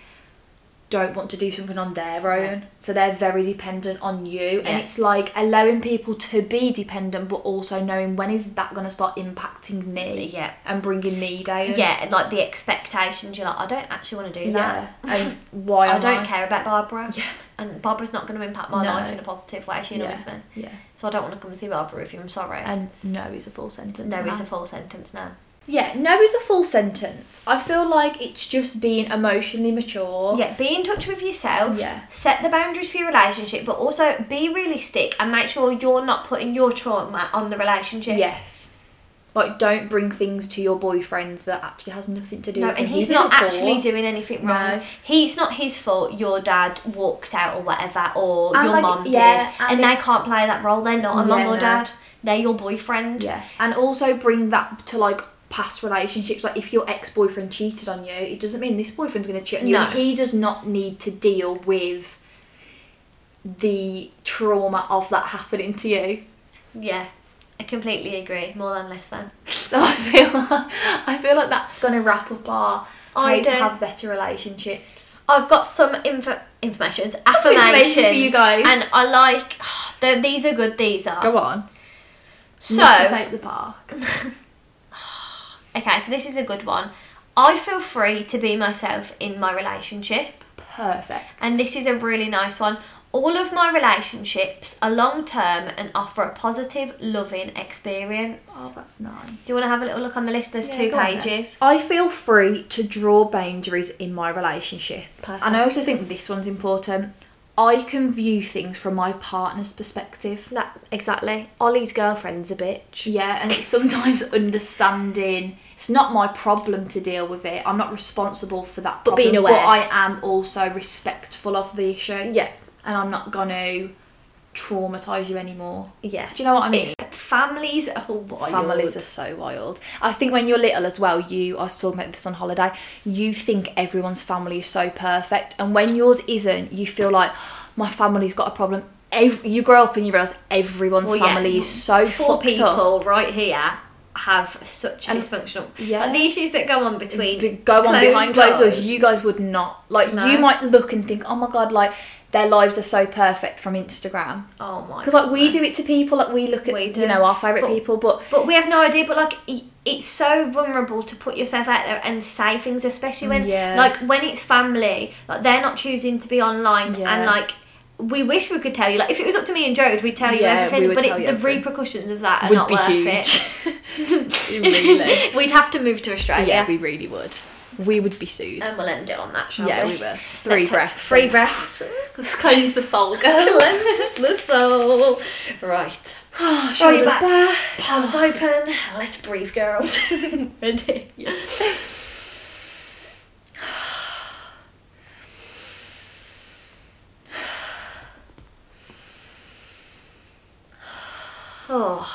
C: don't want to do something on their own, so they're very dependent on you,
D: Yeah.
C: and it's like allowing people to be dependent, but also knowing when is that going to start impacting me,
D: Yeah.
C: and bringing me down,
D: Yeah, and, like the expectations. You're like, I don't actually want to do
C: yeah,
D: that.
C: and why
D: I
C: am
D: don't care about
C: *laughs*
D: Barbara. And Barbara's not going to impact my
C: No.
D: life in a positive way. She
C: Yeah.
D: annoys me.
C: yeah,
D: So I don't want to come and see Barbara with you. I'm sorry.
C: and no is a full sentence.
D: no is a
C: now.
D: full sentence now.
C: yeah, no is a full sentence. I feel like it's just being emotionally mature.
D: Yeah, be in touch with yourself.
C: Yeah.
D: Set the boundaries for your relationship, but also be realistic and make sure you're not putting your trauma on the relationship.
C: Yes. Like, don't bring things to your boyfriend that actually has nothing to do
D: No,
C: with him.
D: and
C: He
D: he's
C: didn't
D: not actually
C: force.
D: doing anything
C: No.
D: wrong. He, it's not his fault your dad walked out or whatever, or
C: And
D: your
C: like-
D: mum
C: yeah,
D: did. And,
C: and
D: they
C: it-
D: can't play that role. They're not a mum
C: Yeah,
D: or
C: no.
D: dad. They're your boyfriend.
C: Yeah. And also bring that to, like, past relationships. Like, if your ex boyfriend cheated on you, it doesn't mean this boyfriend's going to cheat on you.
D: No.
C: And he does not need to deal with the trauma of that happening to you. *laughs*
D: Yeah, I completely agree. More than less than.
C: So I feel like, I feel like that's going to wrap up our
D: I
C: how to
D: don't-
C: have better relationships.
D: I've got some info- informations,
C: some
D: affirmation
C: information for you guys.
D: and I like. *sighs* the these are good. These are
C: on. So,
D: so.
C: the park.
D: Okay, so this is a good one. I feel free to be myself in my relationship.
C: Perfect.
D: And this is a really nice one. All of my relationships are long term and offer a positive, loving experience.
C: Oh, that's nice.
D: Do you want to have a little look on the list? There's
C: Yeah,
D: two
C: go on then.
D: pages.
C: I feel free to draw boundaries in my relationship.
D: Perfect.
C: And I also think this one's important. I can view things from my partner's perspective.
D: That exactly. Ollie's girlfriend's a bitch.
C: Yeah, and it's sometimes *laughs* understanding it's not my problem to deal with it. I'm not responsible for that
D: But
C: problem,
D: being aware.
C: But I am also respectful of the issue.
D: Yeah.
C: And I'm not going to traumatise you anymore.
D: Yeah.
C: Do you know what I mean?
D: It's families oh, are wild.
C: Families are so wild. I think when you're little as well, you I was talking about this on holiday. You think everyone's family is so perfect, and when yours isn't, you feel like my family's got a problem. Ev you grow up and you realise everyone's
D: Well, yeah.
C: family is so
D: four
C: fucked up.
D: people right here have such a dysfunctional.
C: yeah.
D: Like the issues that go on between
C: Be- Go on
D: closed
C: behind closed doors.
D: doors.
C: You guys would not like. You might look and think, oh my god, like their lives are so perfect from Instagram.
D: Oh my.
C: Because like we do it to people, like we look at
D: We do.
C: you know our favourite
D: But-
C: people, but
D: But we have no idea. But like, i- it's so vulnerable to put yourself out there and say things, especially when,
C: Yeah.
D: like, when it's family. Like they're not choosing to be online,
C: Yeah.
D: and like, we wish we could tell you. Like, if it was up to me and Jode, we'd tell you
C: Yeah,
D: everything.
C: we would
D: but
C: tell
D: it,
C: you
D: the
C: everything.
D: repercussions of that are
C: Would
D: not
C: be
D: worth
C: huge. *laughs* really.
D: it. *laughs* We'd have to move to Australia.
C: Yeah, we really would. We would be sued.
D: And we'll end it on that, shall
C: Yeah,
D: we?
C: we will.
D: Let's
C: Three
D: take
C: breaths.
D: Three breaths. Let's cleanse the *laughs* soul, girl. Cleanse the soul. Right. Oh, you're back. Palms open. Let's breathe, girls. Ready? Oh.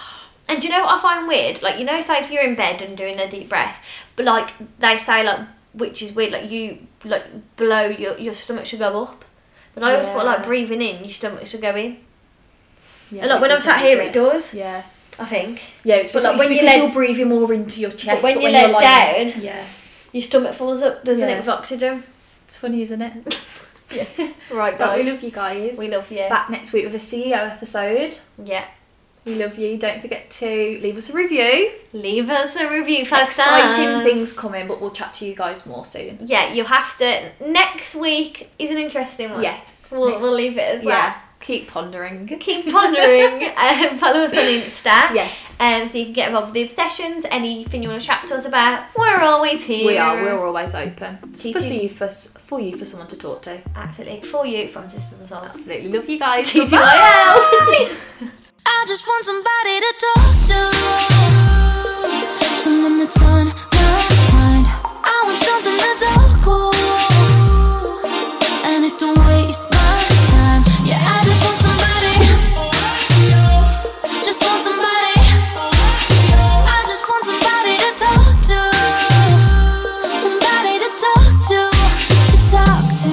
D: And do you know what I find weird? Like, you know, say if you're in bed and doing a deep breath, but like they say, like, which is weird, like you, like, blow your, your stomach should go up. But I always thought, like,
C: Yeah.
D: breathing in, your stomach should go in.
C: Yeah,
D: and like, when I'm sat here, it does,
C: Yeah.
D: I think.
C: Yeah, it's
D: But,
C: but
D: like,
C: when
D: when you
C: you're,
D: lay-
C: you're breathing more into your chest.
D: when you
C: you're
D: lay
C: lying-
D: down-
C: Yeah.
D: Your stomach falls up, doesn't
C: Yeah.
D: it, with oxygen?
C: It's funny, isn't it?
D: Right,
C: *laughs* But
D: guys.
C: we love you guys.
D: We love you.
C: Back next week with a CEO episode.
D: Yeah.
C: We love you. Don't forget to leave us a review.
D: Leave us a review, five
C: Exciting
D: stars.
C: things coming, but we'll chat to you guys more soon.
D: Yeah, you have to. Next week is an interesting one.
C: Yes.
D: We'll, we'll leave it as
C: Yeah.
D: that.
C: Keep pondering.
D: Keep pondering. *laughs* um, follow us on Insta.
C: Yes.
D: Um, so you can get involved with the obsessions, anything you want to chat to us about. We're always here.
C: We are. We're always open. It's For
D: TT.
C: you, for s- for you, for someone to talk to.
D: Absolutely. For you from Sisters and Souls.
C: Absolutely love you guys.
D: TTYL.
E: I just want somebody to talk to. Someone that's on my mind. I want something that's all cool. And it don't waste my time. Yeah, I just want somebody. Just want somebody. I just want somebody to talk to. Somebody to talk to. To talk to.